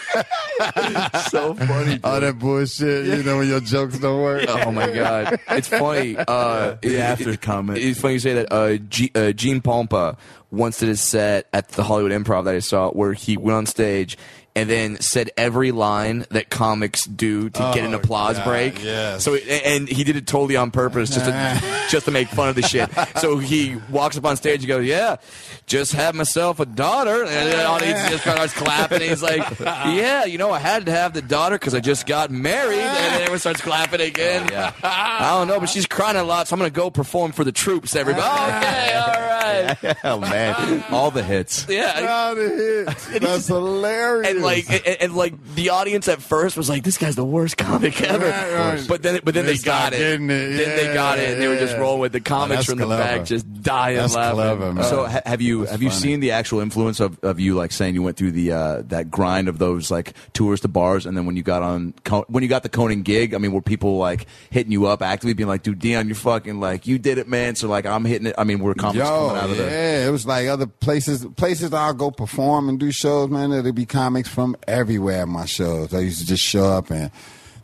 A: so funny. dude.
C: All that bullshit, you know, when your jokes don't work.
B: Oh my god, it's funny. Uh,
A: The
B: it-
A: after
B: it-
A: comment.
B: It's funny you say that. Uh, G, uh, Gene Pompa once did a set at the Hollywood Improv that I saw where he went on stage and then said every line that comics do to get an
C: Oh,
B: applause
C: God,
B: break.
C: yes.
B: So it- and he did it totally on purpose just to, just to make fun of the shit. So he walks up on stage and goes, "Yeah, just had myself a daughter," and the audience just starts clapping. And he's like, "Yeah, you know, I had to have the daughter because I just got married," and then everyone starts clapping again.
A: yeah.
B: I don't know, but she's crying a lot, so I'm gonna go perform for the troops, everybody. Oh, okay, all right.
A: oh man, all the hits.
B: Yeah.
C: Out of here. That's hilarious.
B: And like, and, and like, the audience at first was like, "This guy's the worst comic ever,"
C: Right, right.
B: but then, but then they,
C: They
B: got
C: stopped
B: it.
C: getting it.
B: Then they got it, and they were just
C: Yeah.
B: rolling with the comics
C: that's
B: from the
C: clever.
B: back, just dying
C: That's
B: laughing.
C: clever, man.
A: So ha- have you have you seen the actual influence of, of you like saying you went through the uh, that grind of those like tours to bars and then when you got on Co- when you got the Conan gig I mean were people like hitting you up actively being like dude Dion you're fucking like you did it man so like I'm hitting it I mean we're comics coming out of the
C: yeah, it was like other places. Places that I'll go perform and do shows, man. There'd be comics from everywhere at my shows. I used to just show up and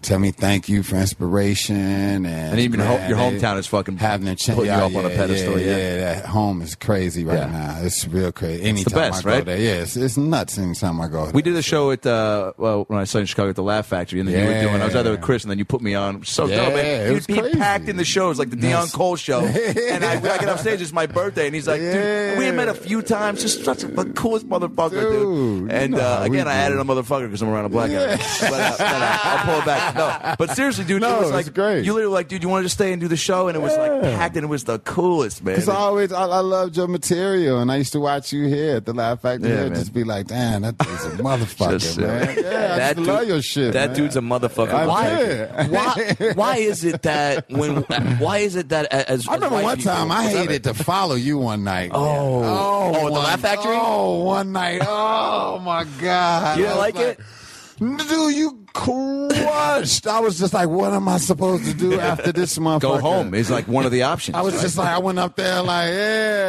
C: tell me thank you for inspiration and,
A: and even ho-
C: man,
A: your
C: they-
A: hometown is fucking
C: having a chance.
A: putting you up on a pedestal yeah,
C: Yeah, that home is crazy right
A: Yeah.
C: now. It's real crazy. Anytime
A: best,
C: I go
A: right?
C: there, yeah, it's, it's nuts. Anytime I go, there.
A: We did a show at uh, well when I studied in Chicago at the Laugh Factory, and then you were
C: Yeah.
A: doing. I was out there with Chris, and then you put me on. So
C: Yeah,
A: dope, man!
C: it
A: You'd
C: was
A: be
C: crazy.
A: packed in the shows like the Dion Cole show, and I, I get off stage. It's my birthday, and he's like, "Dude, we had met a few times. Just such a the coolest motherfucker, dude."
C: Dude,
A: And
C: you know
A: uh,
C: how we
A: again, I
C: do.
A: added a motherfucker because I'm around a black guy. But, uh, but, uh, I'll pull it back. No, but seriously, dude,
C: No,
A: it was
C: it's
A: like
C: great.
A: you literally were like, dude, you want to just stay and do the show, and it was like packed, and it was the coolest, man.
C: Because I always, I, I loved your material, and I used to watch you here at the Live Factory.
A: Yeah,
C: I'd
A: man.
C: just be like, damn, that dude's a
A: Just,
C: motherfucker,
A: uh,
C: man. Yeah, I
B: That
C: just love
B: dude-
C: your shit.
B: That
C: man.
B: dude's a motherfucker.
C: I'm
B: why,
C: kidding.
B: why? Why is it that when? Why is it that a- as
C: I remember
B: as white
C: one
B: people-
C: time I hated to follow you one night. Oh, oh,
B: Oh, at the
C: one-
B: Laugh Factory?
C: Oh, one night. Oh my god.
B: You didn't
C: I was
B: like it?
C: Dude, you crushed. I was just like, what am I supposed to do after this motherfucker?
A: Go home is like one of the options.
C: I was just like, I went up there like,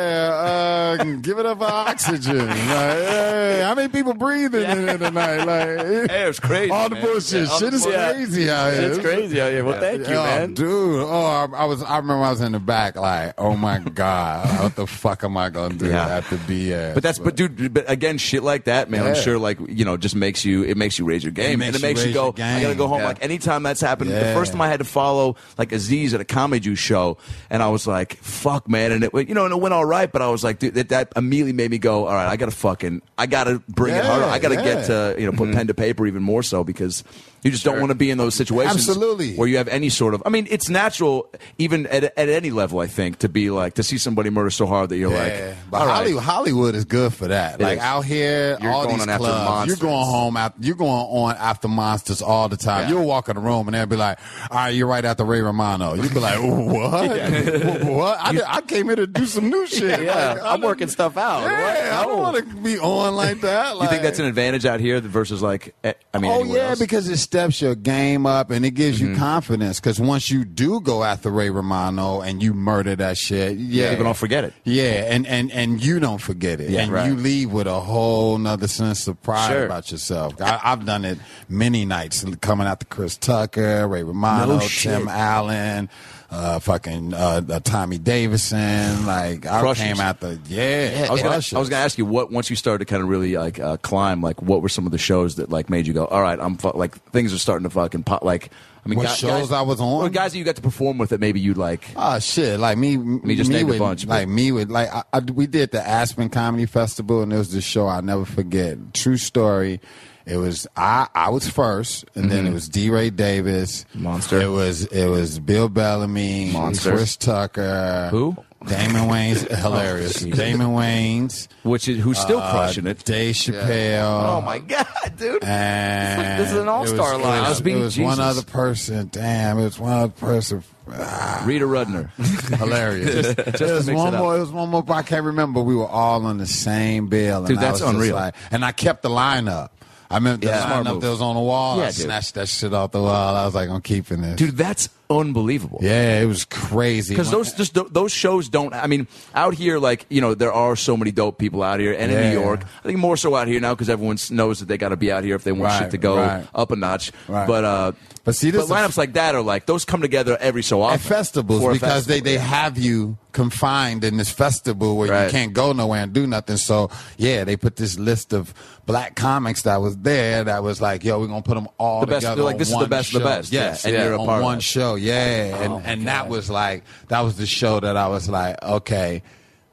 C: yeah, uh, give it up for oxygen. Like, hey, how many people breathing in here tonight? Like,
A: Hey, it was crazy,
C: All the
A: man.
C: bullshit.
A: Yeah, all
C: shit
A: the
C: is
A: bullshit.
C: crazy out here.
B: It's crazy out here. Well, thank you,
C: Oh,
B: man.
C: dude. Oh, I, I was. I remember I was in the back, like, oh my god, what the fuck am I gonna do
A: Yeah.
C: after BS?
A: But that's but dude, but again, shit like that, man. I'm
C: Yeah.
A: sure, like you know, just makes you it makes you raise your game,
C: makes
A: and it
C: you
A: makes you
C: raise
A: go.
C: your game.
A: I gotta go home.
C: Yeah.
A: Like anytime that's happened, the
C: Yeah.
A: first time I had to follow like Aziz at a comedy juice show, and I was like, fuck, man, and it went- you know, and it went all right, but I was like, dude, that, that immediately made me go, all right, I gotta fucking, I gotta bring it
C: Yeah,
A: harder. I gotta
C: yeah. Mm-hmm.
A: get to you know, put pen to paper even more so because. You just don't want to be in those situations
C: Absolutely.
A: where you have any sort of. I mean, it's natural, even at, at any level, I think, to be like, to see somebody murder so hard that you're
C: Yeah,
A: like.
C: but
A: all right.
C: Hollywood, Hollywood is good for that.
A: It
C: like
A: is.
C: out here,
B: You're
C: all
B: going
C: these
B: after
C: clubs,
B: monsters.
C: you're going home after, you're going on after monsters all the time. You'll walk in the room and they'll be like, "All right, you're right after Ray Romano." You'll be like, "What? Wh- What? I, did- I came here to do some new shit.
B: Yeah,
C: Like, I
B: I'm
C: don't-
B: working stuff out.
C: Yeah, I don't want to be on like that.
A: You
C: Like,
A: think that's an advantage out here versus like eh, I mean?
C: oh
A: anywhere
C: yeah,
A: else?
C: because it steps your game up and it gives you confidence. Because once you do go after Ray Romano and you murder that shit, yeah,
A: people don't forget it.
C: Yeah, and and and you don't forget it,
A: Yeah,
C: and
A: right.
C: you leave with a whole nother sense of pride
B: Sure.
C: about yourself. I, I've done it many nights, coming after Chris Tucker, Ray Romano,
A: No shit.
C: Tim Allen. Uh, fucking uh, uh, Tommy Davidson, like I
A: Crushers.
C: came after, yeah.
A: I was, gonna,
C: crushers.
A: I was gonna ask you what once you started to kind of really like uh, climb, like what were some of the shows that like made you go, all right, I'm fu-, like things are starting to fucking pop. Like I mean,
C: What
A: guy-
C: shows
A: guys-
C: I was on?
A: or guys that you got to perform with that maybe you like.
C: Oh shit! Like me, me
A: just named a
C: with,
A: bunch, but-
C: Like me with like I, I- we did the Aspen Comedy Festival, and there was this show I'll never forget. True story. It was I. I was first, and then it was D. Ray Davis.
B: Monster.
C: It was it was Bill Bellamy.
B: Monster.
C: Chris Tucker.
A: Who?
C: Damon Wayne's hilarious. Damon Wayne's
A: Which is who's still
C: uh,
A: crushing it.
C: Dave Chappelle.
B: Oh my god, dude!
C: And
B: This is an all-star
C: it was-
B: lineup.
C: It was, it was one
A: Jesus.
C: other person. Damn, it was one other person. Ah.
A: Rita Rudner.
C: Hilarious.
A: to
C: it was
A: mix
C: one
A: it up.
C: more. It was one more. But I can't remember. We were all on the same bill. And
A: Dude,
C: I
A: that's
C: was just
A: unreal.
C: Like, and I kept the line up. I remember the
A: Yeah. Smart
C: line lineup
A: move.
C: that was on the wall.
A: Yeah,
C: I
A: dude.
C: snatched that shit off the wall. I was like, I'm keeping this.
A: dude, that's unbelievable.
C: Yeah, it was crazy.
A: Because
C: When-
A: those just th- those shows don't. I mean, out here, like you know, there are so many dope people out here, and in
C: Yeah.
A: New York, I think more so out here now because everyone s- knows that they got to be out here if they want
C: Right,
A: shit to go
C: right.
A: up a notch.
C: Right.
A: But uh,
C: But see, this
A: but lineups
C: is-
A: like that are like those come together every so often
C: at festivals
A: for a
C: because they,
A: festival,
C: they
A: yeah.
C: have you confined in this festival where
A: Right.
C: you can't go nowhere and do nothing. So yeah, they put this list of black comics that was there that was like, yo, we're gonna put them all
A: The best-
C: together.
A: they're like,
C: on
A: this is the
C: one
A: best
C: show.
A: of the best.
C: Yes,
A: Yeah, and you're a
C: on
A: part of
C: one
A: it. Oh
C: show. Yeah, and and that was like that was the show that I was like, okay.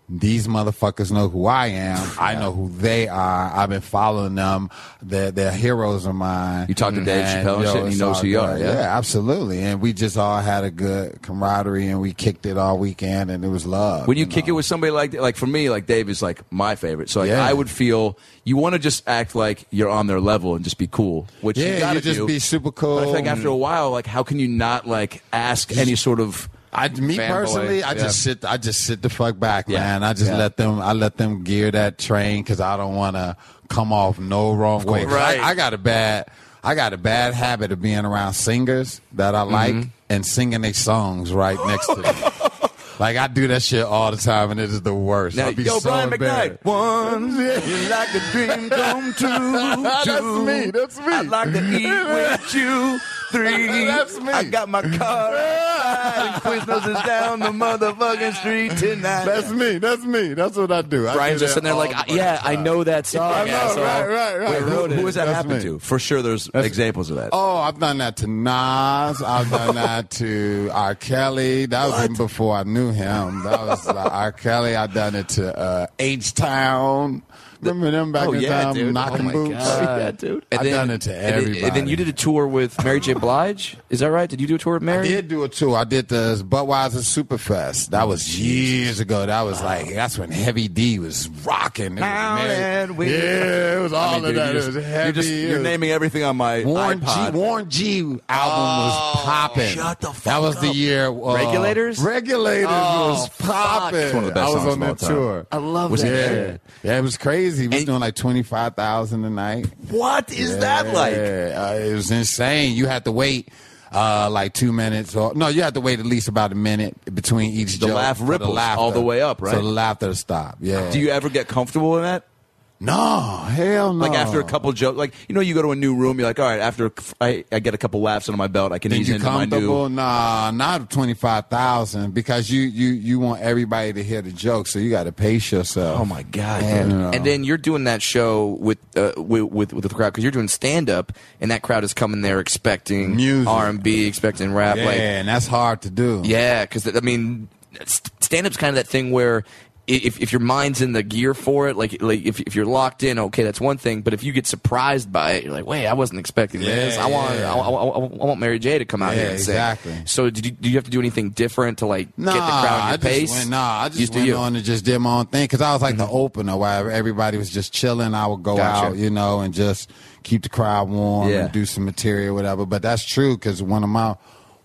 C: These motherfuckers know who I am. I know who they are. I've been following them. They're, they're heroes of mine.
A: You talk to Dave Chappelle and
C: yo,
A: shit, and he
C: it's
A: knows
C: all
A: who you are,
C: good.
A: yeah.
C: yeah, absolutely. And we just all had a good camaraderie and we kicked it all weekend and it was love.
A: When you,
C: know?
A: kick it with somebody like that, like for me, like Dave is like my favorite. So like,
C: Yeah.
A: I would feel you want to just act like you're on their level and just be cool, which
C: Yeah,
A: you
C: you
A: gotta
C: just
A: do.
C: be super cool.
A: But I think after a while, like how can you not like ask any sort of
C: I, me
B: Fanboy,
C: personally, I
B: yeah.
C: just sit. I just sit the fuck back,
A: Yeah.
C: man. I just
A: Yeah.
C: let them. I let them gear that train because I don't want to come off no wrong way. 'Cause
B: Right.
C: I, I got a bad. I got a bad habit of being around singers that
A: Mm-hmm.
C: I like and singing their songs right next to them. Like I do that shit all the time, and it is the worst.
A: Now,
C: I'll be
A: yo,
C: so
A: Brian McKnight.
C: embarrassed.
A: One, you like a dream come true.
C: That's
A: Two,
C: me, that's me.
A: I'd like to eat with you. Three,
C: That's me.
A: I got my car. outside, and Quiznos is down the motherfucking street tonight.
C: That's me. That's me. That's what I do. I
B: Brian's
C: do
B: just
C: that
B: sitting there
C: all
B: like,
C: the
B: "I-
C: fucking
B: yeah, I
C: time.
B: know that song.
C: I know,
B: asshole."
C: right, right, right.
A: Wait, who, who has that
C: That's
A: happened
C: me.
A: to? For sure, there's examples of that.
C: Oh, I've done that to Nas. I've done that to R. Kelly. That was even before I knew him. That was like R. Kelly. I've done it to uh, H Town. Remember them back
A: Oh,
C: in
A: yeah,
C: time,
A: dude.
C: knocking
A: Oh, my
C: boots.
A: God. Yeah, dude.
C: I've done it to
B: and then- And, then
C: everybody.
B: you did a tour with Mary J. Blige. Is that right? Did you do a tour with
C: I
B: Mary?
C: did do it too. I did the Budweiser Superfest. That was years ago. That was like that's when Heavy D was rocking. It was
A: Mountain
C: Mary-
A: Wheat.
C: yeah, it was all
A: I mean,
C: of
A: dude,
C: Oh,
A: you
C: that.
A: just-
C: it was
A: you're
C: heavy.
A: just-
C: It
A: you're
C: was-
A: naming everything on my
C: Warren
A: iPod. Oh,
C: G. Warren G. album was popping.
A: shut the fuck
C: That was the
A: up.
C: year. uh,
B: Regulators?
C: Regulators
B: Oh,
C: was
B: fuck.
C: popping.
A: It's one of the best
C: I was
A: songs
C: on
A: of all
C: that
A: time.
C: tour.
B: I love
C: Was-
B: that
C: Yeah.
B: shit.
C: yeah, it was crazy. We was
B: And-
C: doing like twenty five thousand a night.
A: What is that like?
C: Yeah, uh, it was insane. You had to wait. Uh, like two minutes or no, you had to wait at least about a minute between each
A: The
C: joke
A: laugh
C: for
A: ripples all the way up, right?
C: So the laughter to stop. Yeah.
A: Do you ever get comfortable in that?
C: No, hell no.
A: Like after a couple jokes, like you know, you go to a new room, you're like, all right, after I, I get a couple laughs under my belt, I can
C: Think
A: ease
C: you
A: into my new.
C: comfortable? Nah, not twenty five thousand because you you you want everybody to hear the joke, so you got to pace yourself.
A: Oh my god!
C: And,
A: dude.
C: uh,
B: And then you're doing that show with uh, with, with with the crowd because you're doing stand up, and that crowd is coming there expecting
C: Music.
B: R and B, expecting rap.
C: yeah,
B: Like,
C: and that's hard to do.
B: yeah, because I mean, stand up's kind of that thing where if, if your mind's in the gear for it, like like if, if you're locked in, okay, that's one thing. But if you get surprised by it, you're like, wait, I wasn't expecting
C: Yeah,
B: this. I want
C: yeah.
B: I, I, I- I want Mary J to come out
C: Yeah,
B: here and sing.
C: exactly.
B: So did you, do you have to do anything different to like
C: Nah,
B: get the crowd on
C: I
B: your
C: just
B: pace?
C: Went, nah, I just
B: Used to
C: went
B: you. Mm-hmm.
C: on and just did my own thing because I was like the opener where everybody was just chilling. I would go
B: Gotcha.
C: out, you know, and just keep the crowd warm
A: Yeah.
C: and do some material, whatever. But that's true because one of my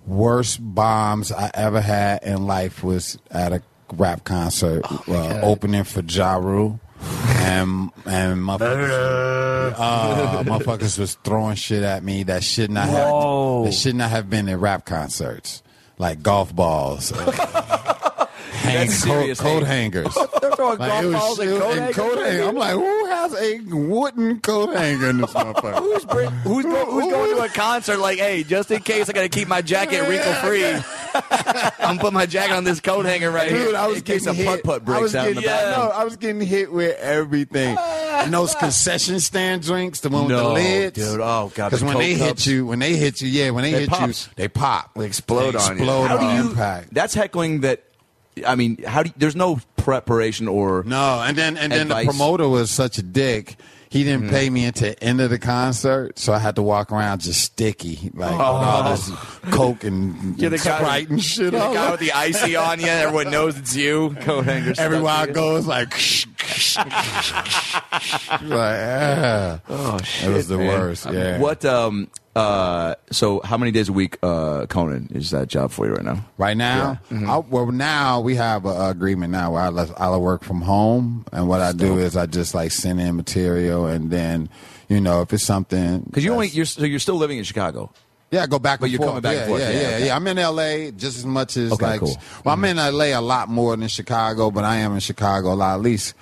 C: worst bombs I ever had in life was at a rap concert
B: Oh
C: uh, opening for Ja Rule. and and motherfuckers, uh, motherfuckers was throwing shit at me that should not have that should not have been in rap concerts like golf balls hang,
A: That's
C: coat,
A: serious,
C: coat
A: eh?
C: hangers.
A: They're throwing
C: Like, it
A: golf
C: was-
A: balls and
C: it was-
A: coat
C: and
A: hangers.
C: coat hanger. I'm like, who has a wooden coat hanger in this motherfucker?
B: Who's, bring, who's, go, who's going to a concert like, hey, just in case I got to keep my jacket wrinkle free, I'm putting my jacket on this coat hanger right here.
C: Dude, I was
A: In case
C: getting
A: a
C: hit.
A: putt-putt
C: I
A: breaks
C: was
A: out in
C: getting-
A: the
C: yeah, no, I was getting hit with everything. And those concession stand drinks, the one with the
A: No,
C: lids,
A: dude. Oh, God,
C: Because
A: the
C: when
A: Coke
C: they
A: cups.
C: hit you, when they hit you, yeah, when they,
A: They
C: hit
A: pops.
C: you, they pop,
B: They explode on you.
C: explode
B: How do
C: on
B: you-
C: impact.
A: That's heckling that. I mean, how do you, there's no preparation or
C: No, and then and then
A: Advice.
C: the promoter was such a dick. He
B: Mm-hmm.
C: didn't pay me until the end of the concert, so I had to walk around just sticky, like with all this coke and
B: You're the Oh. guy-
C: Sprite and shit.
B: The
C: all
B: guy
C: over.
B: with the icy on you, everyone knows it's you. Coat hanger. stuck
C: Everywhere I
B: to you.
C: go, it's like, like ah.
B: Oh, shit,
C: it was the
B: man.
C: worst. Yeah.
A: What? Um. Uh. So, how many days a week, uh, Conan, is that job for you right now?
C: Right now,
B: mm-hmm.
C: I, well, now we have an agreement now where I let, I'll work from home, and what I do is I just like send in material, and then, you know, if it's something
A: Because you only
C: that's-
A: you're so you're still living in Chicago.
C: Yeah, I go back
A: But
C: and
A: you're
C: forth.
A: coming back
C: yeah,
A: and forth.
C: Yeah,
A: Yeah,
C: yeah, yeah,
A: okay.
C: I'm in LA just as much as
A: Okay,
C: like.
A: cool. Mm-hmm.
C: Well, I'm in LA a lot more than Chicago, but I am in Chicago a lot, at least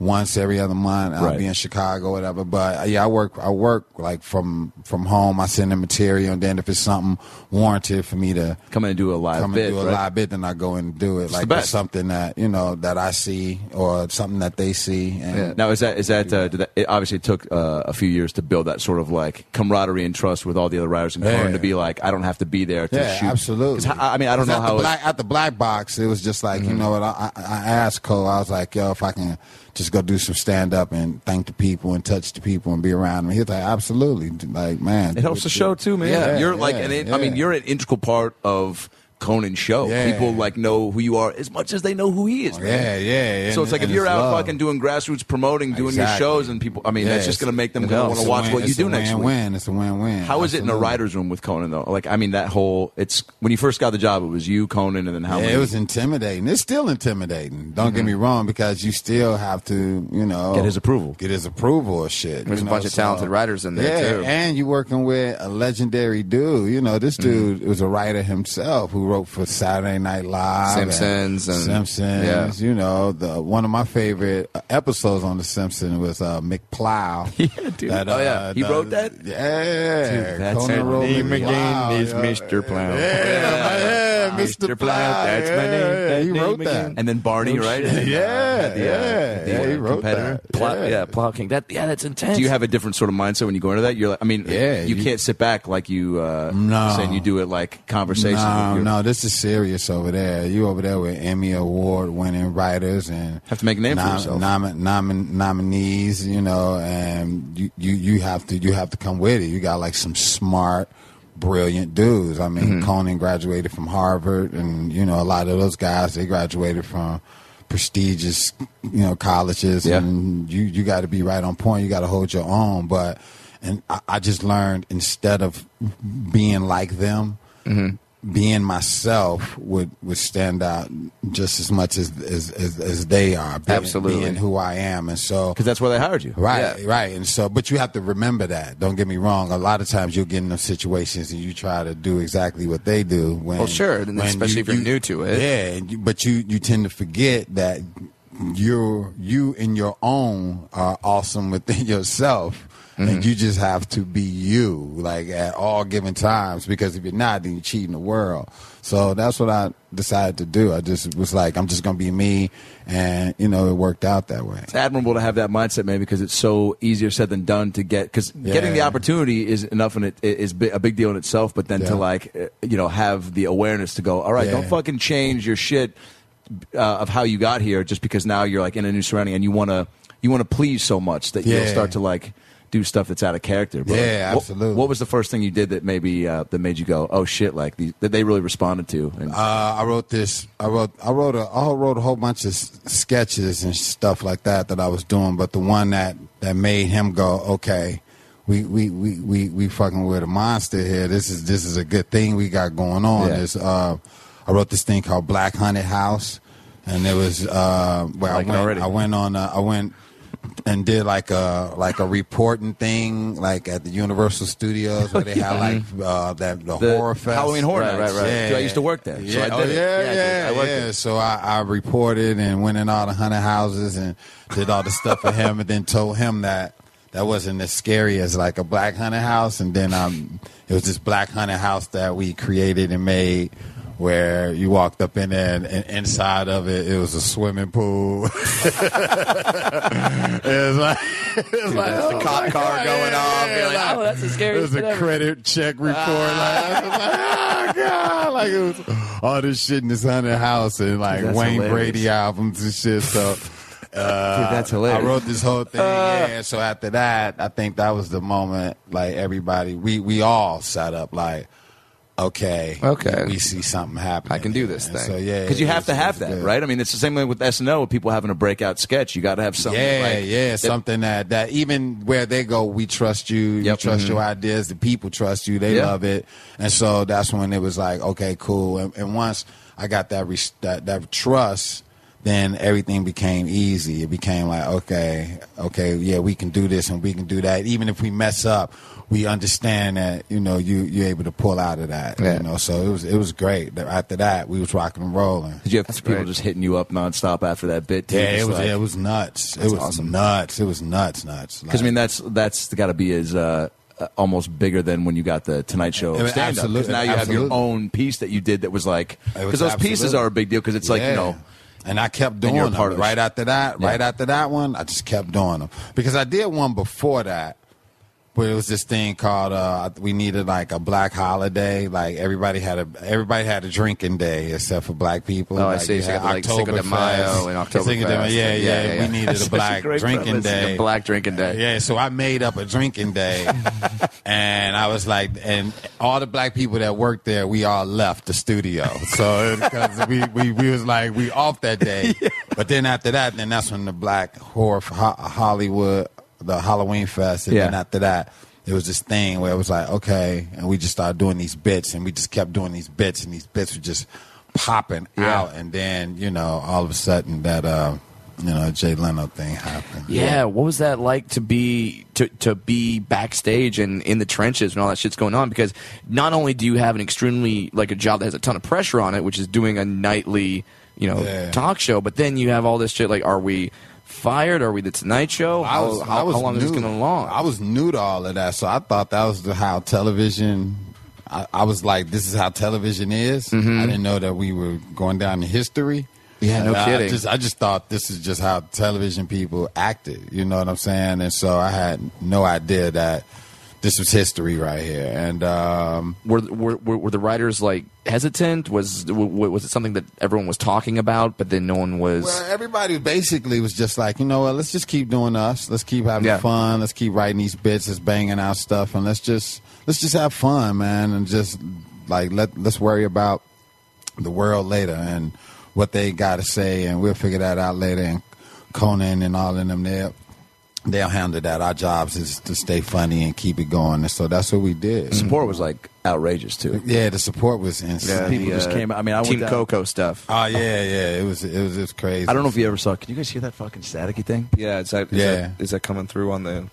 C: once every other month. I'll
A: Right.
C: be in Chicago, whatever. But uh, yeah, I work. I work like from from home. I send the material, and then if it's something warranted for me to
A: Come in and do a live
C: come
A: bit.
C: and do a
A: right?
C: live bit, then I go and do it. like
A: the
C: it's
A: best.
C: something that you know that I see or something that they see. And
A: Yeah. Now is that is that, uh, did that it obviously took uh, a few years to build that sort of like camaraderie and trust with all the other writers and
C: Yeah.
A: Conan to be like I don't have to be there to
C: yeah,
A: shoot
C: absolutely.
A: 'Cause I, I mean I don't
C: 'Cause
A: know
C: at the
A: how it- Mm-hmm.
C: black, at the black box it was just like you know what I, I, I asked Cole I was like yo if I can just go do some stand up and thank the people and touch the people and be around them he was like absolutely like man
A: it helps the show too man
C: Yeah,
A: you're like
C: yeah,
A: an in-
C: yeah.
A: I mean you're an integral part of Conan's show
C: Yeah.
A: people like know who you are as much as they know who he is man.
C: yeah yeah
A: So it's like if
C: and
A: you're out
C: love.
A: fucking doing grassroots promoting, doing your
C: Exactly.
A: shows, and people, I mean,
C: Yeah,
A: that's just
C: it's-
A: going to make them
C: it's
A: go
C: a-
A: want
C: it's
A: to
C: a
A: watch
C: win-
A: what you
C: it's a
A: do next week.
C: win-win. it's a win-win
A: How is it in a
C: Absolutely.
A: writer's room with Conan though? Like, I mean, that whole it's when you first got the job, it was you, Conan, and then how
C: Yeah,
A: many? Mm-hmm.
C: it was intimidating. It's still intimidating. Don't get me wrong, because you still have to, you know,
A: Get his approval.
C: Get his approval or shit.
B: There's
C: you
B: a bunch of talented writers in there,
C: yeah,
B: too.
C: and you're working with a legendary dude. You know,
B: Mm-hmm.
C: this dude was a writer himself who wrote for Saturday Night Live, and
B: Simpsons and-
C: Simpsons.
B: yeah.
C: You know, the one of my favorite episodes on The Simpsons was uh, McPlow. yeah,
A: dude.
C: That,
B: Oh, yeah.
C: uh,
A: He
C: the-
A: wrote that?
C: Yeah,
A: Dude, that's
C: Conan
A: her
C: wrote
A: name
C: McPlow, yeah.
B: Plow.
C: Yeah, yeah,
B: Mr.
C: Mr.
B: Plow,
C: Plow.
B: that's my name,
C: yeah, yeah,
B: that
C: he
B: name
C: wrote
B: again.
C: that.
A: and then Barney, right? And then, uh,
C: yeah,
A: the, uh,
C: yeah,
A: the,
C: yeah,
A: uh,
C: he wrote
A: competitor.
C: that.
B: Plow,
C: Yeah.
B: yeah, Plow King. That, yeah, that's intense.
A: Do you have a different sort of mindset when you go into that? You're like, I mean,
C: Yeah,
A: you,
C: you-
A: can't sit back like you uh,
C: No.
A: saying you do it like conversations.
C: No,
A: with your,
C: no, this is serious over there. You over there with Emmy Award winning writers and
A: Have to make a name for yourself.
C: nomi- nomi- nominees, you know, and you, you you have to you have to come with it. You got like some smart, brilliant dudes. I mean, Conan graduated from Harvard, and you know a lot of those guys they graduated from prestigious, you know, colleges,
A: Yeah.
C: and you you got to be right on point. You got to hold your own, but. And I, I just learned instead of being like them, being myself would would stand out just as much as as as, as they are. Being,
B: Absolutely.
C: being who I am, and so
A: because that's why they hired you.
C: right,
B: Yeah.
C: right, and so but you have to remember that. Don't get me wrong. A lot of times you'll get in those situations and you try to do exactly what they do. When
B: Well, sure, and
C: when
B: especially if you're new to it.
C: Yeah, and you- but you you tend to forget that you're you and your own are awesome within yourself.
B: Mm-hmm.
C: And you just have to be you, like at all given times, because if you're not, then you're cheating the world. So that's what I decided to do. I just was like, I'm just gonna be me, and you know, it worked out that way.
A: It's admirable to have that mindset, man, because it's so easier said than done to get. Because getting the
C: Yeah.
A: opportunity is enough and it it is bi- a big deal in itself. But then eh,
C: Yeah.
A: to like, uh, you know, have the awareness to go, all right,
C: Yeah.
A: don't fucking change your shit uh, of how you got here, just because now you're like in a new surrounding and you want to you want to please so much that you'll
C: Yeah.
A: start to like do stuff that's out of character. But
C: Yeah,
A: what-
C: absolutely.
A: What, was the first thing you did that maybe uh, that made you go, oh shit, like the, that they really responded to? And
C: Uh, I wrote this. I wrote. I wrote a. I wrote a whole bunch of s- sketches and stuff like that that I was doing. But the one that that made him go, okay, we we we we, we fucking with a monster here. This is this is a good thing we got going on.
A: Yeah.
C: Is uh, I wrote this thing called Black Haunted House, and it was uh, where
A: like it
C: I went.
A: already.
C: I went on. A, I went and did like a like a reporting thing like at the Universal Studios where they had like uh, that the,
A: The
C: horror fest
A: Halloween Horror
B: Right,
A: Nights.
B: right, right.
A: Dude, I used to work there, so
C: Yeah,
A: I did
C: oh,
A: it.
C: yeah,
A: Yeah, I
C: yeah,
A: did. I worked
C: yeah.
A: it.
C: So I, I reported and went in all the haunted houses and did all the stuff for him, and then told him that that wasn't as scary as like a black haunted house. And then um, it was this black haunted house that we created and made. Where you walked up in there, and, and inside of it, it was a swimming pool. it was like, it was like oh
B: cop
C: my
B: car
C: God,
B: going
C: yeah,
B: off.
C: yeah,
B: You're
C: yeah,
B: like, oh, that's the
C: it
B: scariest
C: was
B: thing
C: a
B: ever. Ah.
C: credit check report. Like, I was like, oh god, like it was all this shit in this haunted house and like
A: Dude, that's
C: Wayne
A: hilarious.
C: Brady albums and shit. So.
A: Dude,
C: Uh,
A: that's hilarious.
C: I wrote this whole thing.
B: Uh.
C: yeah. So after that, I think that was the moment. Like everybody, we we all sat up. Like, okay,
B: Okay.
C: we see something happening.
B: I can do this
C: And
B: thing.
C: So yeah,
A: because you
C: it
A: have
C: was-
A: to
C: it
A: have
C: was
A: that,
C: good.
A: right? I mean, it's the same thing with SNL with people having a breakout sketch. You got to have something.
C: Yeah,
A: like,
C: yeah,
A: that-
C: something that that even where they go, we trust you. You
A: Yep. Mm-hmm.
C: trust your ideas. The people trust you. They
A: Yeah.
C: love it, and so that's when it was like, okay, cool. And, and once I got that, res- that that trust, then everything became easy. It became like, okay, okay, yeah, we can do this and we can do that. Even if we mess up, we understand that you know you you're able to pull out of that.
B: Yeah.
C: You know, so it was it was great. After that, we was rocking and rolling.
A: Did you have people
B: great.
A: just hitting you up nonstop after that bit? Too?
C: Yeah, it
A: Just
C: was
A: like-
C: it was nuts. It
A: That's
C: was
A: awesome.
C: nuts. It was nuts, nuts.
A: Because I mean,
C: Like-
A: that's that's got to be as uh, uh, almost bigger than when you got the Tonight Show
C: I mean,
A: stand up. Because
C: absolutely,
A: now you have your
C: absolutely.
A: own piece that you did that was like
C: It was
A: because those pieces
C: absolutely-
A: are a big deal because it's like you
C: Yeah.
A: know
C: And I kept
A: you're
C: doing
A: a
C: them.
A: part of the
C: right
A: sh-
C: after that,
A: Yeah.
C: right after that one, I just kept doing them because I did one before that. But it was this thing called uh, we needed like a black holiday. Like everybody had a everybody had a drinking day except for black people.
B: Oh, I
C: like
B: see.
C: you
B: So you
C: had
B: got, like, Cinco de
C: Oktoberfest.
B: Mayo and
C: Cinco de Mayo.
B: Oktoberfest. Yeah,
C: Yeah, yeah,
B: yeah, yeah.
C: We needed a black
A: great
C: drinking
A: premise.
C: day.
B: A black drinking day.
C: Yeah, so I made up a drinking day, and I was like, and all the black people that worked there, we all left the studio. So because we, we we was like we off that day, but then after that, then that's when the black horror ho- Hollywood, the Halloween fest, and then
A: Yeah.
C: after that. It was this thing where it was like, okay, and we just started doing these bits, and we just kept doing these bits, and these bits were just popping
B: Yeah.
C: out, and then you know, all of a sudden that uh, you know Jay Leno thing happened.
B: Yeah, what was that like to be to, to be backstage and in the trenches when all that shit's going on? Because not only do you have an extremely like a job that has a ton of pressure on it, which is doing a nightly you know
C: Yeah.
B: talk show, but then you have all this shit like, are we fired? Are we the Tonight Show?
C: I
B: How,
C: was,
B: how,
C: I was
B: how long
C: new.
B: is this going to long?
C: I was new to all of that, so I thought that was the, how television. I, I was like, this is how television is. I didn't know that we were going down in history.
B: Mm-hmm. Yeah, no
C: And I
B: kidding.
C: just- I just thought this is just how television people acted. You know what I'm saying? And so I had no idea that this was history right here. And um,
B: were, were were were the writers like hesitant? Was w- w- was it something that everyone was talking about, but then no one was?
C: Well, everybody basically was just like, you know what? Let's just keep doing us. Let's keep having
B: Yeah.
C: fun. Let's keep writing these bits. Let's banging out stuff, and let's just let's just have fun, man, and just like let let's worry about the world later and what they got to say, and we'll figure that out later. And Conan and all of them there. They'll handle that. Our jobs is to stay funny and keep it going, and so that's what we did.
A: support was like outrageous too.
C: Yeah, the support was insane.
B: Yeah,
A: People
B: the,
A: just
B: uh,
A: came. I mean, I went
B: Team
A: down-
B: Coco stuff.
C: Oh yeah, yeah. It was it was, it was crazy.
A: I don't know if you ever saw. Can you guys hear that fucking staticky thing?
B: Yeah, is that,
C: is Yeah. that-
B: is that coming through on the?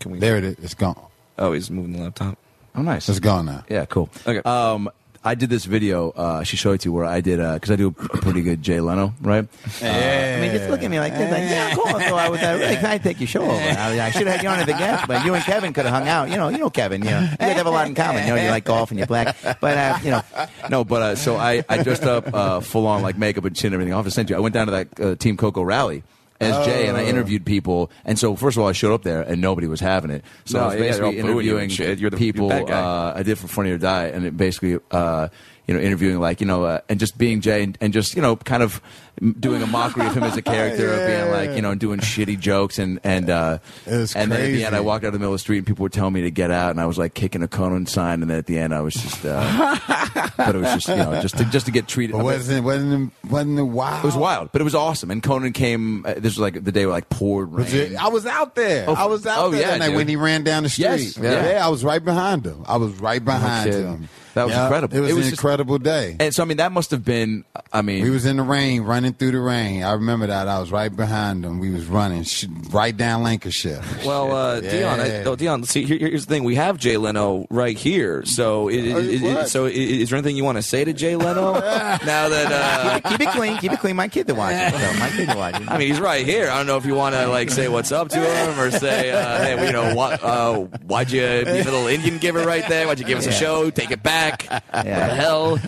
B: Can we?
C: There it is. It's gone.
B: Oh, he's moving the laptop.
A: Oh, nice.
C: It's gone now.
A: Yeah, cool.
B: Okay.
A: Um, I did this video. Uh, she showed it to you where I did because I do a pretty good Jay Leno, right? Uh, I mean, just look at me like this, like yeah, cool. So I was uh, really excited to take your show over. I, was- I should have had you on as a guest, but you and Kevin could have hung out. You know, you know Kevin. You know, you guys have a lot in common. You know, you like golf and you're black, but uh, you know, no. But uh, so I, I dressed up uh, full on like makeup and chin and everything off. I sent you. I went down to that uh, Team Coco rally. As Jay and I interviewed people, and so first of all, I showed up there and nobody was having it. So
B: No,
A: I was
B: yeah, they're all
A: basically
B: booing you and
A: interviewing uh,
B: shit. You're the- you're
A: people
B: the bad guy.
A: uh, I did for Funny or Die, and it basically uh, you know, interviewing like you know, uh, and just being Jay and, and just you know, kind of doing a mockery of him as a character of being like you know, doing shitty jokes and and uh,
C: It was
A: and then at the
C: crazy.
A: end I walked out of the middle of the street and people were telling me to get out and I was like kicking a Conan sign and then at the end I was just, uh, but it was just you know, just to, just to get treated.
C: But wasn't wasn't wasn't it wild?
A: It was wild, but it was awesome. And Conan came. Uh, this was like the day where like poured rain.
C: Was it- I was out there. I was out
A: oh,
C: there
A: yeah,
C: that night
A: dude.
C: when he ran down the street.
A: Yes, yeah.
C: yeah. I was right behind him. I was right behind
A: kidding.
C: him.
A: That was incredible.
C: It was,
A: It was
C: an
A: just-
C: incredible day.
A: And so I mean, that must have been. I mean,
C: We was in the rain, running through the rain. I remember that. I was right behind him. We was running sh- right down Lancashire.
B: Well, uh,
C: Yeah.
B: Dion, I, oh, Dion. See, here, here's the thing: we have Jay Leno right here. So, it, it, it-
C: what?
B: so i- i- is there anything you want to say to Jay Leno now that? Uh,
E: keep it clean. Keep it clean. My kid to watch it. Though. My kid to watch it.
B: I mean, he's right here. I don't know if you want to like say what's up to him or say, uh, hey, you know, what, uh, why'd you be a little Indian giver right there? Why'd you give us a
E: Yeah.
B: show? Take it back. What the
E: Yeah.
B: hell?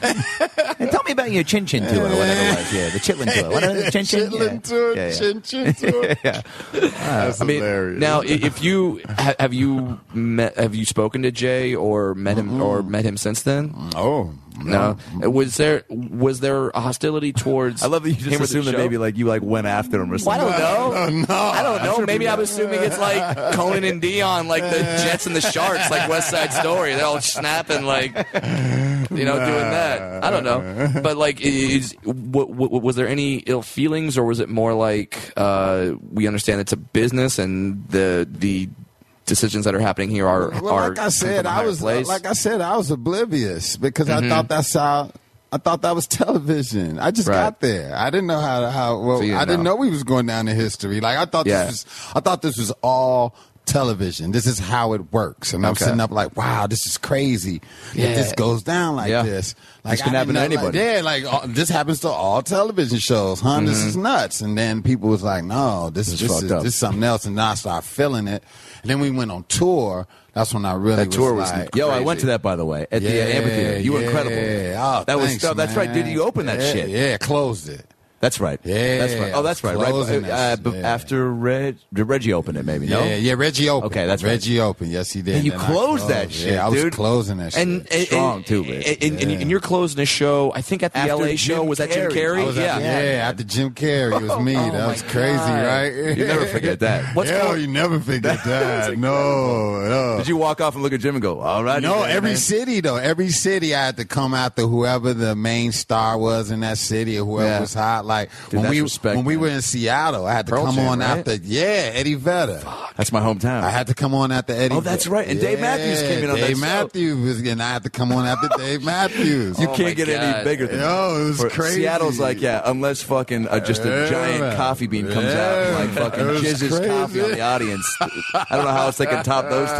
E: And tell me about your chin chin tour, or whatever it was. Yeah, the chitlin tour. Whatever the chin chin.
C: Chitlin
E: yeah.
C: tour,
E: Yeah, yeah.
C: chin chin tour.
E: Yeah.
C: That's
B: I mean,
C: hilarious.
B: now i- if you ha- have you met, have you spoken to Jay or met him or met him since then?
C: oh
B: No. Was there was there a hostility towards?
A: I love that you
B: him
A: just
B: or the
A: assume that
B: show?
A: maybe like you like went after him or
B: Well, I
A: something.
B: don't know.
C: no,
B: I don't know. Maybe I'm assuming it's like Conan and Dion, like the Jets and the Sharks, like West Side Story. They're all snapping, like you know, doing that. I don't know. But like, is what, was there any ill feelings, or was it more like uh, we understand it's a business and the the decisions that are happening here are
C: Well,
B: are
C: like I said,
B: from a
C: I
B: higher
C: was uh,
B: place? Mm-hmm.
C: like I said, I was oblivious because I thought that's how I thought that was television. I just
B: Right.
C: got there. I didn't know how how well
B: So you didn't
C: I didn't
B: know.
C: know we was going down in history. Like I thought
B: Yeah.
C: this was I thought this was all television. This is how it works. And I'm
B: Okay.
C: sitting up like, wow, this is crazy.
B: Yeah.
C: That this goes down like
A: Yeah.
C: this. Like
A: This can
C: I
A: happen
C: didn't
A: to
C: know- like,
A: anybody.
C: yeah, like all, this happens to all television shows, huh? This is nuts. And then people was like, no, this,
A: Mm-hmm. is
C: is this
A: fucked
C: is,
A: up.
C: this is something else. And then I started feeling it. And then we went on tour. That's when I really
B: That tour was
C: like,
A: Yo, I went to that by the way at
C: Yeah,
A: the amphitheater. You were
C: yeah.
A: incredible.
C: Oh,
A: that was
C: thanks,
A: stuff. That's right, dude.
C: man.
A: You opened that
C: Yeah,
A: shit.
C: Yeah, closed it.
A: That's right.
C: Yeah,
A: that's right. Oh, that's right. Right
C: closing
A: uh,
C: that
A: b-
C: shit.
A: after Reg, did Reggie opened it, maybe no.
C: Yeah, yeah, Reggie opened.
A: Okay, that's right.
C: Reggie opened. Yes, he did.
A: And you
C: I
A: closed that shit,
C: Yeah, I was
A: dude.
C: closing that shit.
B: and, and
A: Strong,
B: and-
A: too, man.
B: And, and, and, and you're closing a show. I think at the
A: After
B: LA
A: Jim
B: show was that Jim
A: Carrey.
B: Carrey.
C: I Oh, was
B: yeah,
C: at, yeah, after Jim Carrey, it was me. that was crazy, right?
A: Oh You never forget that.
B: What's
C: Hell,
B: going-
C: you never forget that. no, no.
A: Did you walk off and look at Jim and go, "All right"?
C: No,
A: man,
C: every
A: man."
C: city though, every city I had to come after whoever the main star was in that city or whoever
A: Yeah.
C: was hot. Like
A: Dude,
C: when
A: that's
C: we
A: respect,
C: when we
A: man.
C: were in Seattle, I had to
B: Pearl
C: come
B: Jam,
C: on
B: right?
C: after yeah Eddie Vedder.
A: That's my hometown.
C: I had to come on after Eddie.
A: Oh, that's right. And Dave Matthews came in on that
C: Dave
A: show.
C: Matthews was, and I had to come on after Dave Matthews.
A: you
B: Oh my
A: can't get
B: God.
A: any bigger than that.
C: Yo, it was
A: For-
C: crazy.
A: Seattle's like, yeah, unless fucking uh, just a
C: Yeah.
A: giant coffee bean comes out and like
C: Yeah.
A: fucking
C: It was
A: jizzes
C: crazy.
A: coffee on the audience. I don't know how else they can top those two.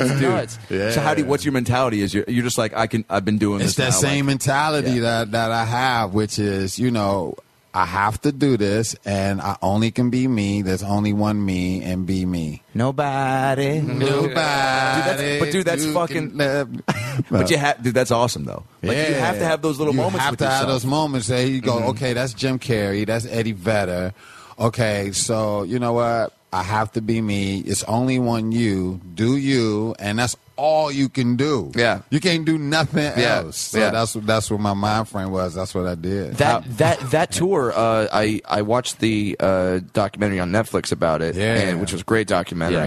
B: That's nuts.
A: So how do? You, what's your mentality? Is you're, you're just like I can? I've been doing
C: It's
A: this.
C: that
A: now,
C: same
A: Like,
C: mentality
A: Yeah.
C: that, that I have, which is, you know, I have to do this and I only can be me. There's only one me and be me.
E: Nobody.
C: Nobody.
A: but dude, that's
C: you
A: fucking-
C: can love-
A: but you have, dude. That's awesome though. Like you have to have those little
C: You
A: moments.
C: have
A: with
C: to
A: yourself. Mm-hmm.
C: have those moments. There you go. Okay, that's Jim Carrey. That's Eddie Vedder. Okay, so you know what? I have to be me. It's only one you. Do you, and that's all you can do.
B: Yeah.
C: you can't do nothing
B: Yeah.
C: else. So
B: Yeah.
C: that's that's what my mind frame was. That's what I did.
B: That that that tour, uh, I I watched the uh, documentary on Netflix about it,
C: Yeah.
B: and, which was a great documentary,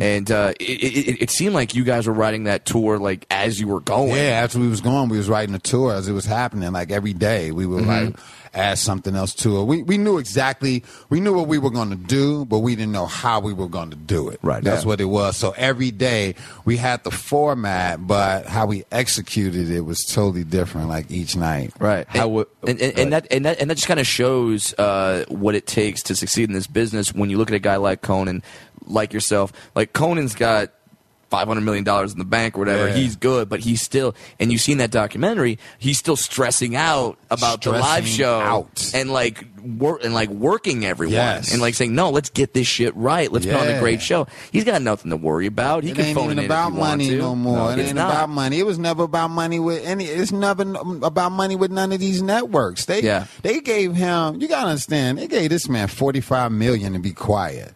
B: and uh, it, it, it seemed like you guys were riding that tour like as you were going.
C: Yeah, after we was going, we was writing a tour as it was happening. Like every day, we would
A: Mm-hmm.
C: like add something else to it. We we knew exactly we knew what we were going to do, but we didn't know how we were going to do it.
A: Right.
C: that's
A: Yeah.
C: what it was. So every day we had the format, but how we executed it was totally different. Like each night,
B: Right.
A: How
B: and,
A: would-
B: and, and,
A: Right.
B: and that and that and that just kind of shows uh, what it takes to succeed in this business. When you look at a guy like Conan, like yourself, like Conan's got. Five hundred million dollars in the bank, or whatever.
C: Yeah.
B: He's good, but he's still. And you've seen that documentary. He's still stressing out about the live
C: Stressing
B: show
C: out.
B: and like work and like working everyone
C: Yes.
B: and like saying no, let's get this shit right. Let's put on a
C: Yeah.
B: great show. He's got nothing to worry about. He
C: it
B: can
C: ain't
B: phone
C: even
B: it in if
C: about
B: he want
C: money
B: to.
C: no more. it
B: it's
C: ain't
B: not.
C: about money. It was never about money with any. It's never n- um, about money with none of these networks. They
B: Yeah.
C: they gave him. You gotta understand. They gave this man forty five million to be quiet.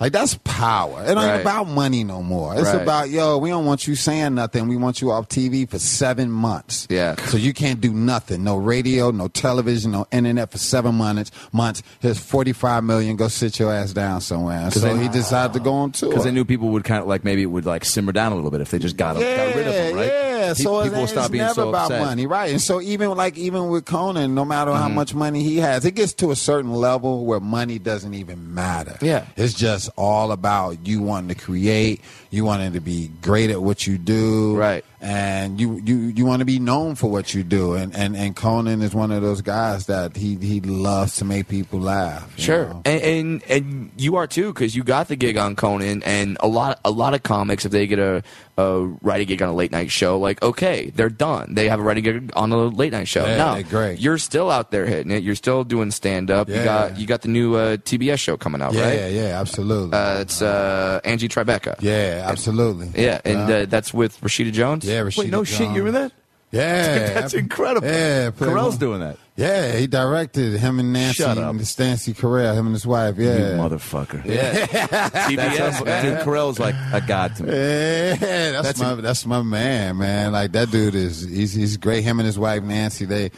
C: Like that's power. It ain't
B: Right.
C: about money no more. It's
B: Right.
C: about yo. We don't want you saying nothing. We want you off TV for seven months.
B: Yeah.
C: So you can't do nothing. No radio. No television. No internet for seven months. Months. Here's forty five million. Go sit your ass down somewhere. And So
A: they-
C: he decided to go on tour.
A: Because they knew people would kind of like maybe it would like simmer down a little bit if they just got, got rid of them, right?
C: Yeah,
A: Pe-
C: so
A: people will
C: it's
A: stop being
C: never
A: so
C: about
A: upset. Mm-hmm.
C: money, right? And so even like even with Conan, no matter how much money he has, it gets to a certain level where money doesn't even matter.
B: Yeah.
C: it's just all about you wanting to create, you wanting to be great at what you do,
B: Right.
C: And you you you want to be known for what you do, and and and Conan is one of those guys that he he loves to make people laugh. you
B: Sure,
C: know?
B: and, and and you are too because you got the gig on Conan, and a lot a lot of comics if they get a, a writing gig on a late night show, like okay, they're done. They have a writing gig on a late night show.
C: Yeah,
B: no,
C: they're great.
B: You're still out there hitting it. You're still doing stand up. You
C: Yeah.
B: got you got the new uh, TBS show coming out,
C: Yeah,
B: right?
C: yeah, yeah, absolutely.
B: Uh, it's uh, Angie Tribeca.
C: yeah, absolutely.
B: yeah, and uh, that's with Rashida Jones.
C: Yeah,
A: Wait,
C: Rashida
A: no shit, you were
C: Jones.
A: that?
C: Yeah,
A: That's incredible.
C: Yeah, play
A: Carell's
C: one.
A: doing that.
C: Yeah, he directed him and Nancy,
A: Shut up.
C: Nancy Carell, him and his wife.
A: You
C: Yeah,
A: motherfucker.
B: yeah.
A: That's
B: TBS.
A: yeah. Dude, Carell's like a god to me.
C: Yeah, that's, my that's my man, man. Like that dude is he's he's great. Him and his wife Nancy, they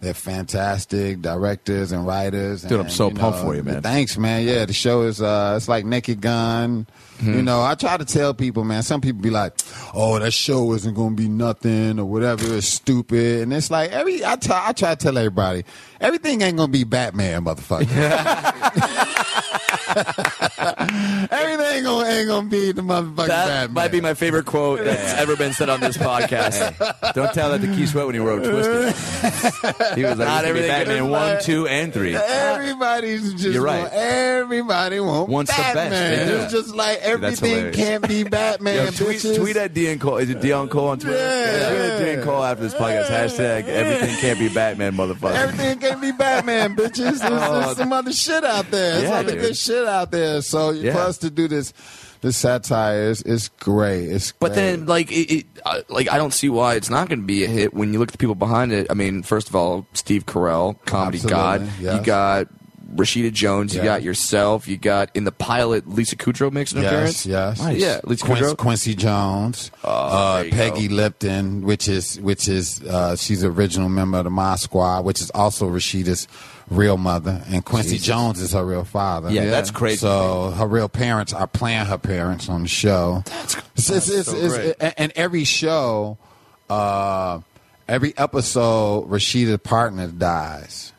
C: they're fantastic directors and writers.
A: Dude, I'm
C: and,
A: so pumped for you, man.
C: Thanks, man. Yeah, the show is uh it's like Naked Gun.
A: Hmm.
C: You know, I try to tell people, man. Some people be like, "Oh, that show isn't going to be nothing or whatever. It's stupid." And it's like every I try I try to tell everybody, everything ain't going to be Batman, motherfucker. everything ain't going ain't going to be the motherfucking
B: That
C: Batman.
B: might be my favorite quote that's ever been said on this podcast.
A: Don't tell that to Keith Sweat when he wrote Twisted. He was like,
B: Not
A: "Not everything.
B: everything
A: Batman
B: is
A: one, two, and three.
C: Everybody's just
A: You're right.
C: want- everybody wants,
A: Wants the best.
C: Batman.
A: Yeah.
C: It's just like everything
A: hilarious.
C: can't be Batman.
A: Yo, tweet,
C: bitches.
A: tweet at Dean Cole. Is it Dion Cole on Twitter?
C: Yeah.
A: tweet at Dean Cole after this podcast. Hashtag everything can't be Batman, motherfucker.
C: Everything can't be Batman, bitches. There's, there's some other shit out there. There's
A: Oh. Yeah,
C: other
A: dude.
C: good shit out there. So
A: Yeah.
C: for us to do this, this satire is it's great. It's
B: But
C: great.
B: then, like, it, it, uh, like I don't see why it's not going to be a hit when you look at the people behind it. I mean, first of all, Steve Carell, comedy
C: Absolutely,
B: god.
C: yes.
B: You got Rashida Jones. You
C: Yeah.
B: got yourself. You got in the pilot, Lisa Kudrow makes an appearance.
C: Yes, yes,
B: Nice. Yeah, Lisa
C: Quincy,
B: Kudrow.
C: Quincy Jones, uh,
B: there you
C: Peggy Lipton, which is which is uh, she's an original member of the My Squad, which is also Rashida's real mother, and Quincy Jones is her real father.
A: Yeah, that's crazy.
C: So her real parents are playing her parents on the show. That's,
B: so great.
C: and every show, uh, every episode, Rashida's partner dies.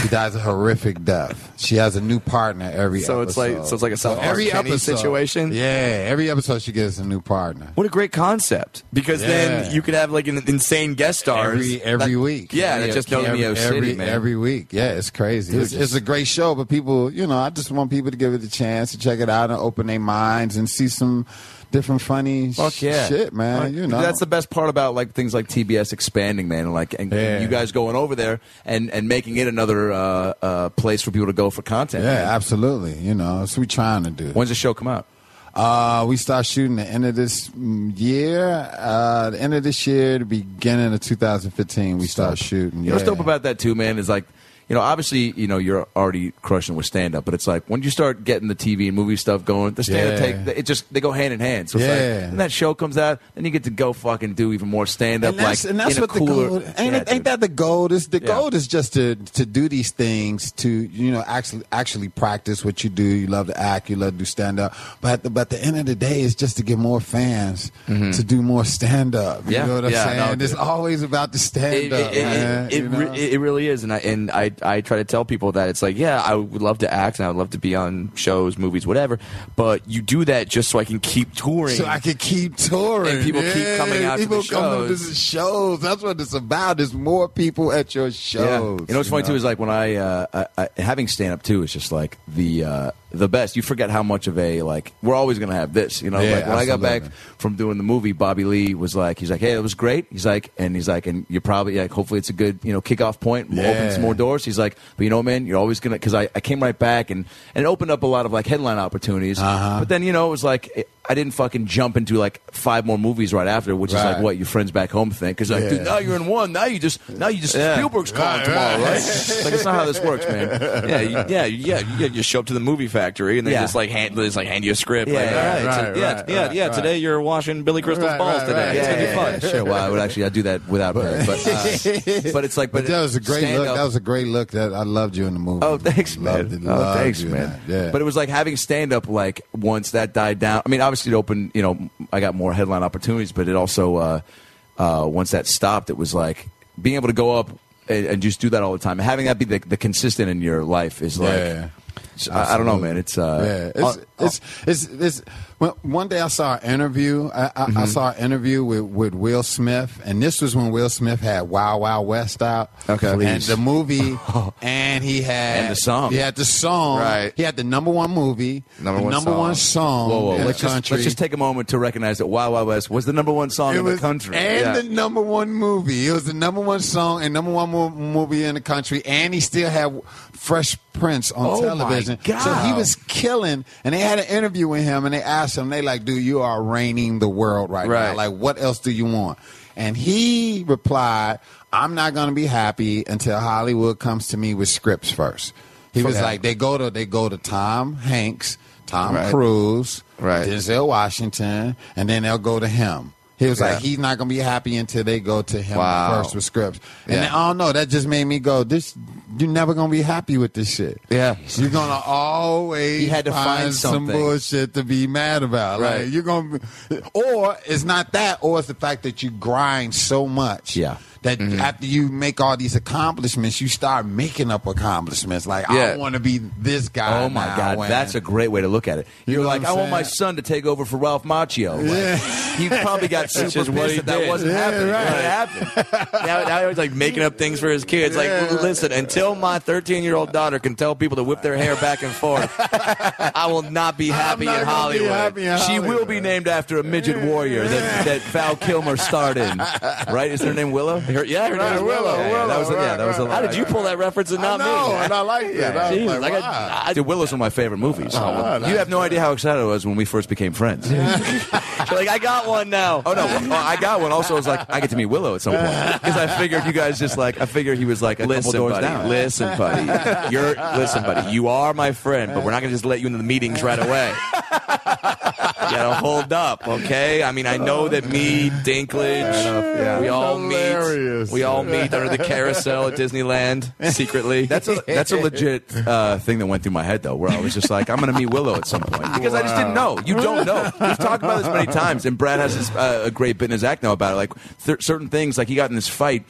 C: She dies a horrific death. She has a new partner every
B: So it's like-
C: episode.
B: so it's like a South Park Kenny situation?
C: Yeah, every episode she gets a new partner.
B: What a great concept! Because
C: Yeah.
B: then you could have like an insane guest stars
C: Every every
B: That-
C: week.
B: Yeah, that just knows
A: Cameo
C: every,
B: me.
A: City,
C: every,
A: man.
C: every week. Yeah, it's crazy. it's, it's a great show, but people, you know, I just want people to give it a chance to check it out and open their minds and see some different funny
A: Fuck
C: sh-
A: yeah.
C: shit, man.
A: Like,
C: you know,
A: That's the best part about like things like TBS expanding, man, and like and
C: Yeah.
A: you guys going over there and and making it another uh, uh, place for people to go for content. man.
C: yeah, absolutely. You know, that's what we trying to do.
A: When's the show come out?
C: Uh, we start shooting the end of this mm, year, uh, the end of this year, the beginning of 2015. We start shooting.
A: You know what's
C: yeah.
A: dope about that too, man, is like, you know, obviously, you know, you're already crushing with stand up, but it's like when you start getting the TV and movie stuff going, the stand up
C: Yeah.
A: take it just they go hand in hand. So it's like
C: Yeah.
A: when that show comes out, then you get to go fucking do even more stand up
C: and that's,
A: like
C: and that's
A: in
C: what
A: a cooler,
C: the goal ain't,
A: Yeah,
C: it, ain't
A: dude.
C: that the goal is the
A: Yeah.
C: goal is just to to do these things to you know actually actually practice what you do you love to act you love to do stand up but at the, but the end of the day it's just to get more fans to do more stand up you
B: Mm-hmm. Yeah.
C: know what i'm
B: Yeah, I
C: saying
B: know,
C: it's
B: dude.
C: always about the stand
B: it,
C: up
B: it, it-
C: man,
B: it
C: you
B: re-
C: know?
B: it- it really is, and I and I, I try to tell people that it's like, yeah, I would love to act, and I would love to be on shows, movies, whatever. But you do that just so I can keep touring.
C: So I can keep touring.
B: And people keep
C: Yeah,
B: coming out to
C: people
B: the
C: coming
B: shows.
C: to the shows. That's what it's about. There's more people at your
A: Yeah.
C: shows.
A: You know what's funny too is like when I, uh, I, I having stand up too is just like the uh, the best. You forget how much of a like we're always gonna have this. You know,
C: Yeah,
A: like when I got back
C: absolutely.
A: from doing the movie, Bobby Lee was like, he's like, hey, it was great. He's like, and he's like, and you're probably like, hopefully it's a good you know kickoff point. We'll open
C: Yeah.
A: some more doors. He's like, but you know, man, you're always gonna because I, I came right back and and it opened up a lot of like headline opportunities.
C: Uh-huh.
A: But then you know it was like. It, I didn't fucking jump into like five more movies right after, which is like
C: Right.
A: what your friends back home think. Because like,
C: Yeah.
A: dude, now you're in one. Now you just now you just Spielberg's calling
C: Right,
A: tomorrow,
C: right.
A: right? like it's not how this works, man.
B: yeah, you- yeah, yeah. You, yeah, you show up to the movie factory, and they
E: Yeah.
B: just like hand, they just like hand you a script.
E: Yeah,
B: like,
E: yeah,
B: "All
C: right,
B: so-
C: right,
B: yeah,
C: right,
B: yeah,
C: right,
B: yeah.
C: right.
B: Today you're washing Billy Crystal's
C: Right,
B: balls
C: right,
B: today.
C: right.
B: It's gonna be
C: Yeah,
B: fun.
C: yeah,
A: Sure, well, I would actually I do that without her, but uh, but it's like but,
C: But that was a great look.
A: stand-up-
C: That was a great look. That I loved you in the movie.
A: Oh, thanks, man.
C: Loved it.
A: oh,
C: Loved
A: thanks,
C: you in
A: man.
C: that. Yeah.
A: But it was like having stand up. Like once that died down. I mean, obviously it opened. You know, I got more headline opportunities, but it also uh, uh, once that stopped, it was like being able to go up and, and just do that all the time. Having that be the, the consistent in your life is like.
C: Yeah.
A: I, I don't know,
C: Absolutely.
A: man. It's uh,
C: yeah, it's,
A: uh,
C: it's, it's, it's, when- One day I saw an interview. I, I,
A: Mm-hmm.
C: I saw an interview with, with Will Smith, and this was when Will Smith had Wow Wow West out.
A: Okay.
C: and
A: Please.
C: the movie, and he had
A: And the song.
C: He had the song.
B: Right.
C: He had the number one movie,
B: Number
C: the
B: one
C: number
B: song.
C: one song
A: whoa, whoa.
C: in
A: Let's
C: the
A: just,
C: country.
A: let's just take a moment to recognize that Wild Wild West was the number one song
C: It
A: in
C: was,
A: the country.
C: And
A: Yeah.
C: the number one movie. It was the number one song and number one mo- movie in the country. And he still had Fresh Prince on
A: Oh, my
C: television.
A: God.
C: So he was killing. And they had an interview with him and they asked him, they like, dude, you are reigning the world right, now.
B: Right.
C: Like, what else do you want? And he replied, I'm not going to be happy until Hollywood comes to me with scripts first. He was
B: Okay.
C: like, they go to they go to Tom Hanks, Tom
B: Right.
C: Cruise,
B: Right.
C: Denzel Washington, and then they'll go to him. He was
B: Yeah.
C: like, he's not gonna be happy until they go to him
B: Wow.
C: first with scripts. And
B: Yeah.
C: I don't know, that just made me go, this you're never gonna be happy with this shit.
B: Yeah.
C: You're gonna always
A: You had to find
C: some
A: something.
C: bullshit to be mad about. Like,
B: Right.
C: you're gonna be, or it's not that, or it's the fact that you grind so much.
A: Yeah. Mm-hmm.
C: That after you make all these accomplishments, you start making up accomplishments. Like
B: Yeah.
C: I want to be this guy.
A: Oh my
C: now
A: God,
C: when-
A: that's a great way to look at it. You're
C: know
A: like,
C: what
A: I
C: I'm
A: want my
C: saying?
A: son to take over for Ralph Macchio. Like, He probably got super
B: is
A: pissed
B: what he
A: that that
B: did.
A: wasn't
B: Yeah,
A: happening.
C: right.
A: It happened.
B: now, now he's like making up things for his kids. Like, listen, until my 13 year old daughter can tell people to whip their hair back and forth, I will not be happy
C: not
B: in
C: gonna be
B: Hollywood.
C: happy in
A: She
C: Hollywood.
A: will be named after a midget warrior that, that Val Kilmer starred in. Right? Is her name Willow?
B: Her- yeah, her name is Willow.
A: Yeah, yeah, that was a, yeah, that was a lot.
B: How did you pull that reference and not
C: I know,
B: me?
C: and I like it. I was
B: Jesus,
C: like,
B: I got-
C: wow.
B: I-
A: Dude, Willow's one of my favorite movies.
B: Oh,
A: you have no idea how excited I was when we first became friends.
B: like I got one now.
A: Oh no! Well, I got one. Also, I was like, I get to meet Willow at some point because I figured you guys just like I figured he was like a
B: Listen,
A: couple doors
B: buddy.
A: down.
B: Listen, buddy. You're listen, buddy. You are my friend, but we're not gonna just let you into the meetings right away. you gotta hold up, okay? I mean, I know that me, Dinklage,
A: yeah.
B: we all
C: Hilarious.
B: meet. We all meet under the carousel at Disneyland secretly.
A: That's a that's a legit uh, thing that went through my head though, where I was just like, I'm gonna meet Willow at some point because I just didn't know. You don't know. We've talked about this many times, and Brad has this, uh, a great bit in his act now about it. Like th- certain things, like he got in this fight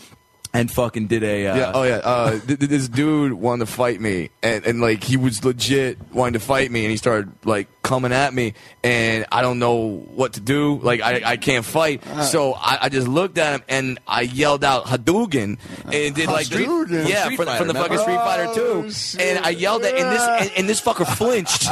A: and fucking did a uh,
B: Yeah. Oh yeah. Uh, th- th- this dude wanted to fight me, and, and like he was legit wanting to fight me, and he started like coming at me, and I don't know what to do. Like I, I can't fight, so I, I just looked at him and I yelled out Hadouken, and did like three-
C: Hadouken?
B: yeah
A: Street
B: from, from the
A: Fighter,
B: fucking Street Fighter
C: Oh,
B: Two,
C: shit.
B: and I yelled at and this and, and this fucker flinched.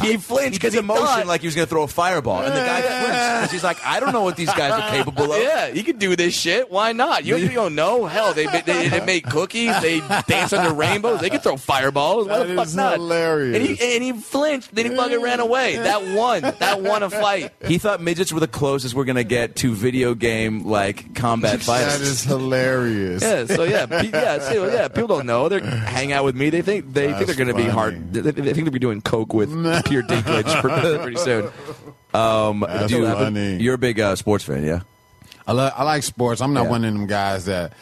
B: he flinched because
A: His emotion like he was going to throw a fireball, and the guy flinched because he's like, I don't know what these guys are capable of.
B: Yeah, you can do this shit. Why not? You, you don't know. Hell, they, they they make cookies. They dance under rainbows. They can throw fireballs. Why the
C: That
B: fuck
C: is
B: not?
C: hilarious.
B: And he, and he flinched. Then he fucking ran away. That won. That won a fight.
A: He thought midgets were the closest we're going to get to video game like combat
C: That
A: fighters.
C: is hilarious.
B: Yeah. So yeah, pe- yeah, so, yeah. People don't know. They hang out with me. They think they think they're
C: That's
B: gonna be
C: funny.
B: hard. They, they think they'll be doing coke with pure Dinklage pretty, pretty soon. Um,
C: That's
A: Dude,
C: funny.
A: You're a big uh, sports fan, yeah?
C: I, lo- I like sports. I'm not
A: Yeah.
C: one of them guys that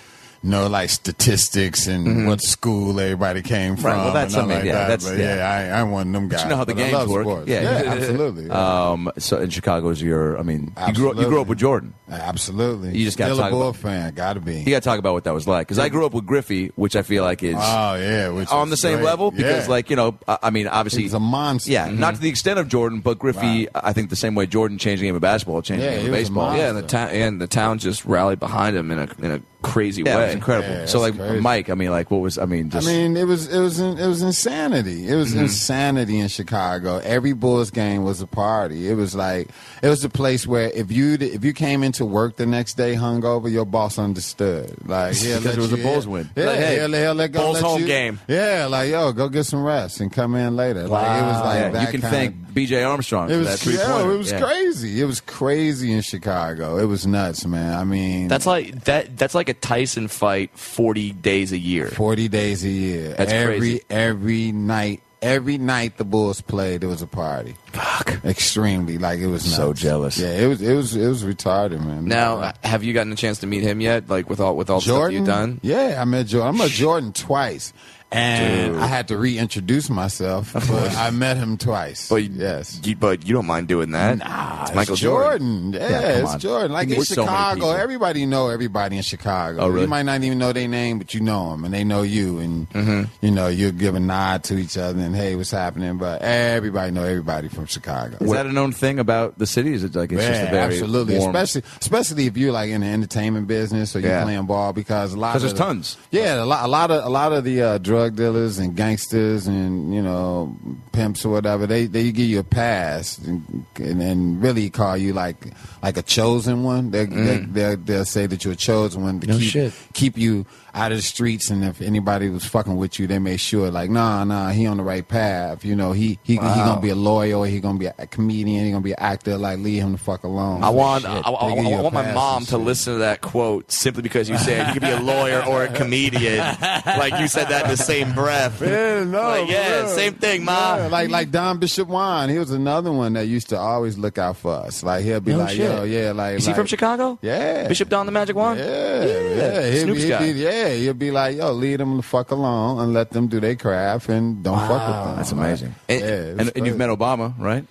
C: know like statistics and what school everybody came from.
A: Mm-hmm. well, that's
C: and all
A: something,
C: like
A: yeah,
C: that.
A: that's-
C: but
A: yeah.
C: yeah. I, I'm one of them guys.
A: you know how the
C: but I
A: games
C: love
A: work.
C: Sports.
A: Yeah.
C: Yeah, absolutely.
A: Um, so in Chicago is your, I mean, you grew, up, you
C: Absolutely.
A: grew up with Jordan.
C: absolutely.
A: you just gotta
C: Still
A: talk
C: a Bull
A: about-
C: fan. Got to be.
A: You got to talk about what that was like because I grew up with Griffey, which I feel like is
C: Oh yeah, which
A: on
C: is
A: the same
C: great.
A: level because,
C: Yeah.
A: like, you know, I, I mean, obviously.
C: he's a mm-hmm. monster.
A: yeah, not to the extent of Jordan, but Griffey, I think the same way Jordan changed the game of basketball, changed
C: Yeah,
A: the game
C: he
A: of
C: was a
A: baseball.
C: monster.
B: Yeah, and the town and the town just rallied behind him in a in a crazy
A: Yeah, it
B: way.
A: was incredible.
C: Yeah,
A: so like
C: that's crazy.
A: Mike, I mean, like what was I mean? Just
C: I mean, it was it was in- it was insanity. It was
A: Mm-hmm.
C: insanity in Chicago. Every Bulls game was a party. It was like it was a place where if you if you came into work the next day hungover, your boss understood. Like he'll
A: Because
C: let
A: it was
C: you
A: a Bulls
C: in.
A: win.
C: Yeah,
B: Like, hey,
C: he'll, he'll let go.
B: Bulls
C: let
B: home
C: you-
B: game.
C: Yeah, like yo, go get some rest and come in later. Like it was
A: wow.
C: like
A: Yeah,
C: that
A: you can
C: kind
A: thank
C: of-
A: B.J. Armstrong
C: it
A: for
C: was
A: that three
C: yeah,
A: pointer.
C: it was crazy. It was crazy in Chicago. It was nuts, man. I mean,
B: That's like that. That's like a Tyson fight forty days a year.
C: Forty days a year.
B: That's
C: every
B: crazy.
C: every night Every night the Bulls played, there was a party. Fuck. Extremely, like it was
A: So
C: nuts.
A: jealous.
C: Yeah, it was it was it was retarded, man.
B: Now, uh, have you gotten a chance to meet him yet? Like with all with all the stuff
C: Jordan,
B: you've done?
C: Yeah, I met Jordan. I met Jordan twice, and I had to reintroduce myself. But I met him twice.
B: But
C: yes,
B: you, but you don't mind doing that.
C: Nah,
B: it's
C: Ah, it's
B: Michael Jordan.
C: Jordan. Yeah,
A: Yeah, come
C: it's
A: on.
C: Jordan. Like
A: He
C: in
A: meets so many
C: Chicago,
A: people.
C: everybody know everybody in Chicago.
A: Oh, really?
C: You might not even know their name, but you know them, and they know you, and
A: Mm-hmm.
C: you know you'll give a nod to each other, and hey, what's happening? But everybody know everybody from Chicago.
A: Is that a known thing about the city? Is it like it's just
C: Yeah,
A: a very
C: absolutely,
A: warm-
C: especially especially if you're like in the entertainment business or you're
A: Yeah.
C: playing ball because a lot
A: 'Cause
C: of
A: there's
C: the-
A: tons.
C: Yeah, a lot, a lot of a lot of the uh, drug dealers and gangsters and you know pimps or whatever they they give you a pass and and, and really call you like like a chosen one. They they they they'll say that you're a chosen one to keep
B: Mm. shit.
C: keep you out of the streets. And if anybody was fucking with you, they made sure like nah nah he on the right path. You know he he, he gonna be a lawyer. Or he gonna be a comedian. He gonna be an actor. Like leave him the fuck alone.
B: I want, I,
C: Shit,
B: I-
C: they
B: I-
C: give you
B: I
C: a
B: want my
C: pass
B: mom
C: and
B: to
C: shit.
B: listen to that quote simply because you said you could be a lawyer or a comedian. like you said that in the same breath.
C: Yeah, no,
B: Like, yeah,
C: for real.
B: same thing, Ma.
C: Yeah, like like Don Bishop Wine, he was another one that used to always look out for us. Like he'll be
B: No
C: like,
B: shit.
C: yo, yeah, like
B: Is he
C: like-
B: from Chicago?
C: Yeah.
B: Bishop Don the Magic Wand?
C: Yeah, yeah, he'll,
B: Snoop's
C: be, he'll
B: guy.
C: be, yeah, he'll be like, yo, leave them the fuck alone and let them do their craft and don't fuck with them.
A: That's amazing.
B: And-
C: Yeah,
A: And,
C: it's
A: and you've
C: crazy.
A: met Obama, right?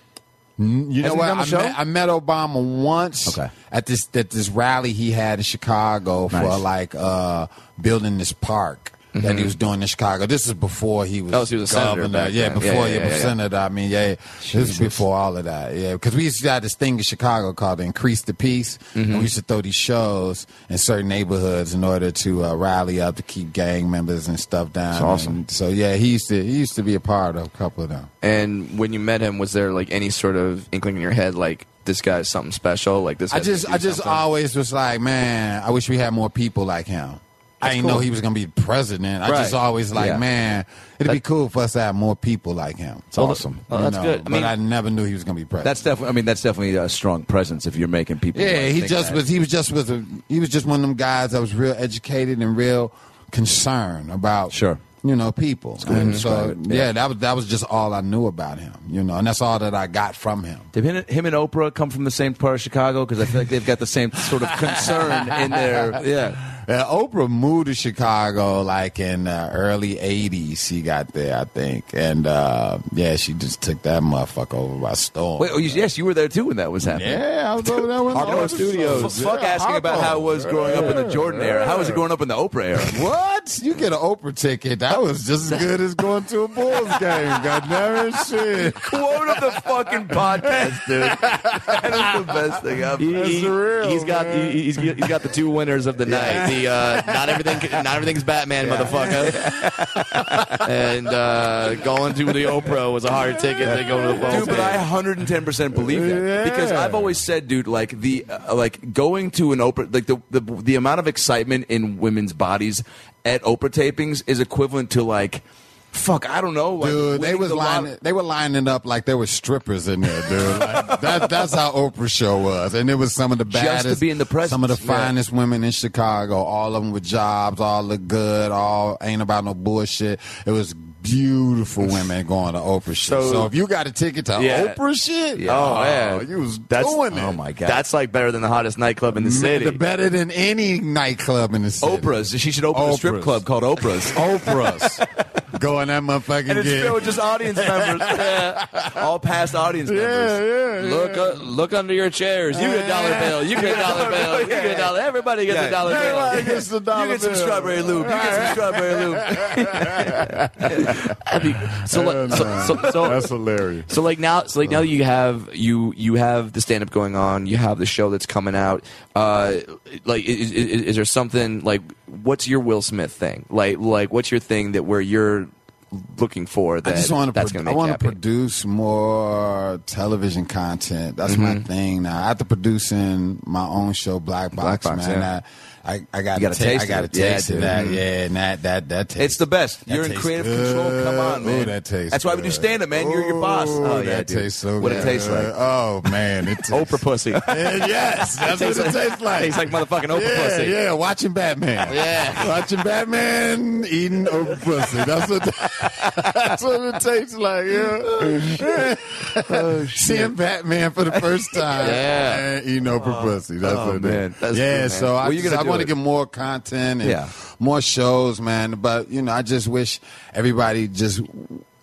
C: You know
A: Hasn't he
C: what?
A: done the
C: I
A: show?
C: met, I met Obama once
A: Okay.
C: at this at this rally he had in Chicago for
A: Nice.
C: like uh, building this park that he was doing in Chicago. This is before he was,
B: Mm-hmm. Oh, so he was a senator
C: governor.
B: back
C: yeah,
B: then.
C: before
B: Yeah,
C: he
B: yeah,
C: was
B: yeah, yeah.
C: senator. I mean, yeah, this is before all of that. Yeah, because we used to have this thing in Chicago called Increase the Peace,
B: Mm-hmm.
C: and we used to throw these shows in certain neighborhoods in order to uh, rally up to keep gang members and stuff down. That's
B: awesome.
C: so yeah, he used to he used to be a part of a couple of them.
B: And when you met him, was there like any sort of inkling in your head, like this guy's something special? Like this.
C: I
B: guy's gonna
C: just
B: do
C: I just uh,
B: something?
C: always was like, man, I wish we had more people like him. I didn't know he was gonna be president. I just
B: Right.
C: always like,
A: Yeah.
C: man, it'd be cool for us to have more people like him.
A: It's awesome.
B: Oh, that's good. I
C: but
B: mean-
C: I never knew he was gonna be president.
A: That's definitely. I mean, that's definitely a strong presence if you're making people.
C: Yeah,
A: like,
C: he
A: think
C: just
A: that.
C: was. He was just was. A, he was just one of them guys that was real educated and real concerned about.
A: Sure.
C: You know, people. And so,
A: describe it.
C: yeah.
A: Yeah.
C: that was that was just all I knew about him. You know, and that's all that I got from him.
A: Did him, him and Oprah come from the same part of Chicago? Because I feel like they've got the same sort of concern in their. Yeah.
C: Uh, Oprah moved to Chicago like in the early '80s. She got there, I think, and uh, yeah, she just took that motherfucker over by storm.
A: Wait. Oh, you, yes, you were there too when that was happening.
C: yeah, I was over there with
A: Harpo
C: Oprah.
A: Studios.
C: Yeah,
A: fuck asking about
C: Harpo.
A: how it was growing up in the Jordan era. How was it growing up in the Oprah era?
C: What? You get an Oprah ticket? That was just as good as going to a Bulls game. Goddamn shit.
A: Quote of the fucking podcast, dude. That is the best thing I've.
B: He,
C: That's
B: he,
C: real,
B: has got
C: man.
B: he, he's, he's got the two winners of the night. The uh, not everything not everything's Batman, motherfucker. and uh, going to the Oprah was a harder ticket than going to the Bulls.
A: Dude, but I 110% believe that because I've always said, dude, like the uh, like going to an Oprah, like the, the the amount of excitement in women's bodies at Oprah tapings is equivalent to like, fuck, I don't know, like
C: Dude, they
A: winning
C: was
A: the lot-
C: lining, they were lining up like there were strippers in there, dude. Like, that, that's how Oprah show was, and it was some of the
A: Just to
C: baddest,
A: be in the presence,
C: some of the
A: yeah.
C: finest women in Chicago. All of them with jobs, all look good, all ain't about no bullshit. It was beautiful women going to Oprah shit. So,
B: So-
C: if you got a ticket to
B: Yeah.
C: Oprah shit,
B: Yeah. Oh, yeah.
C: you was
B: That's-
C: doing it.
A: Oh my god,
B: That's like better than the hottest nightclub in the city.
C: The better than any nightclub in the city.
A: Oprah's. She should open a strip
C: Oprah's.
A: club called Oprah's.
C: Oprah's. Go in that motherfucking
A: And it's
C: gig.
A: filled with just audience members, all past audience members.
C: yeah, yeah.
B: Look, uh, look under your chairs. You get a dollar bill. You get a dollar bill. You get a dollar. Everybody gets
A: Yeah.
B: a dollar bill.
C: Everybody gets the dollar
A: You get some
C: bill.
A: strawberry lube. You get some strawberry lube.
B: So, like, so, so, so,
C: That's hilarious.
B: So like now, so like now that you have you you have the stand up going on, you have the show that's coming out. Uh, like is, is, is there something like what's your Will Smith thing? Like like what's your thing that where you're looking for that
C: I just want to.
B: that's going to make
C: I
B: you
C: want
B: happy?
C: to produce more television content. That's my thing now. After producing my own show, Black Box,
B: Box,
C: man,
B: yeah.
C: I, I, I got
A: gotta taste
C: I got a
A: it. Yeah,
C: taste of
A: dude.
C: that. Yeah, and that that that tastes.
A: It's the best.
C: that
A: You're in
C: tastes
A: creative
C: good.
A: control. Come on, man.
C: Ooh, that tastes.
A: That's why we do
C: good.
A: stand up, man. You're your boss.
C: Ooh,
A: Oh, yeah,
C: that
A: dude.
C: tastes so
A: What
C: good.
A: it tastes like.
C: Oh man, it tastes.
B: Oprah pussy.
C: Yeah, yes, that's
B: Tastes
C: what it
B: like-
C: tastes like.
B: tastes like motherfucking Oprah
C: yeah,
B: pussy.
C: Yeah, watching Batman.
B: Yeah.
C: watching Batman eating Oprah pussy. That's what. That's what it tastes like. Yeah.
A: Oh,
C: Seeing Batman for the first time.
B: Yeah.
C: And eating Oprah pussy. That's
A: Oh,
C: what it
A: man.
C: is.
A: That's
C: yeah.
A: good, man.
C: So I,
A: Well, you're
C: just-
A: gonna
C: I
A: do
C: want
A: it.
C: to get more content and
A: Yeah.
C: more shows, man. But you know, I just wish everybody just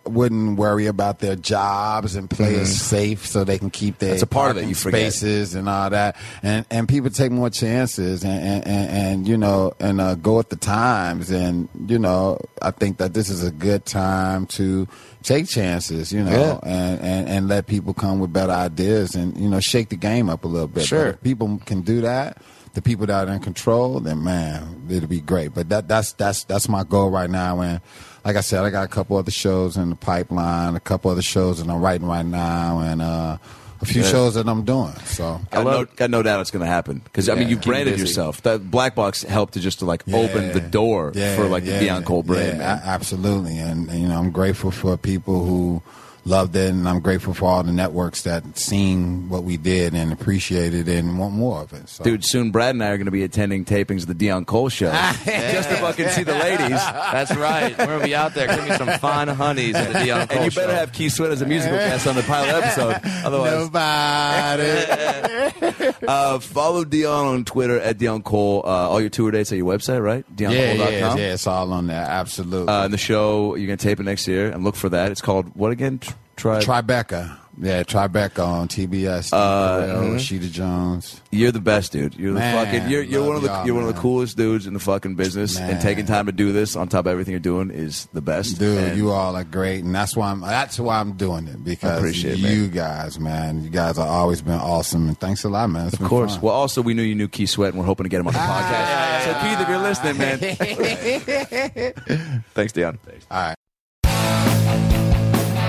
C: wouldn't worry about their jobs and play it safe so they can keep their
A: Mm-hmm. That's a part of it
C: parking
A: you forget.
C: spaces and all that and and people take more chances and and, and, and you know and uh, go with the times and you know I think that this is a good time to take chances you know and, and and let people come with better ideas and you know shake the game up a little bit
B: Sure.
C: But if people can do that the people that are in control then man it'll be great but that that's that's that's my goal right now and like I said I got a couple other shows in the pipeline a couple other shows that I'm writing right now and uh a few shows that I'm doing. So
A: Got,
B: love-
A: no, got no doubt it's going to happen because I mean
C: Yeah.
A: you
C: Keep
A: branded
B: busy.
A: yourself. That black box helped to just to like open the
C: Yeah.
A: door
C: Yeah,
A: for like
C: yeah,
A: the Dion Cole brand.
C: yeah,
A: man.
C: a- absolutely, and you know I'm grateful for people who loved it, and I'm grateful for all the networks that seen what we did and appreciated it and want more of it. So.
A: Dude, soon Brad and I are going to be attending tapings of the Dion Cole show just to fucking see the ladies.
B: That's right. We're gonna be out there giving some fine honeys at the Dion Cole
A: And you
B: show.
A: better have Keith Sweat as a musical guest on the pilot episode. Otherwise,
C: nobody.
A: uh, follow Dion on Twitter at Dion Cole. Uh, all your tour dates at your website, right?
C: yeah,
A: DionCole.com.
C: yeah, yeah, it's all on there. Absolutely,
A: Uh, and the show you're going to tape it next year and look for that. It's called what again? Tr- Tri-
C: Tribeca. Yeah, Tribeca on TBS. Uh,
A: mm-hmm.
C: Rashida Jones.
A: You're the best, dude. You're the
C: Man,
A: fucking. You're, you're
C: love
A: one of the.
C: y'all,
A: You're one of the
C: man.
A: coolest dudes in the fucking business. And
C: Man.
A: taking time to do this on top of everything you're doing is the best.
C: Dude,
A: And
C: you all are great, and that's why I'm. That's why I'm doing it because
A: appreciate it, man.
C: you guys, man. You guys have always been awesome, and thanks a lot, man. It's
A: Of
C: been
A: course.
C: fun. Ah.
A: Well, also we knew you knew Key Sweat, and we're hoping to get him on the podcast. so Keith, if you're listening, man. Thanks, Dion.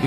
F: You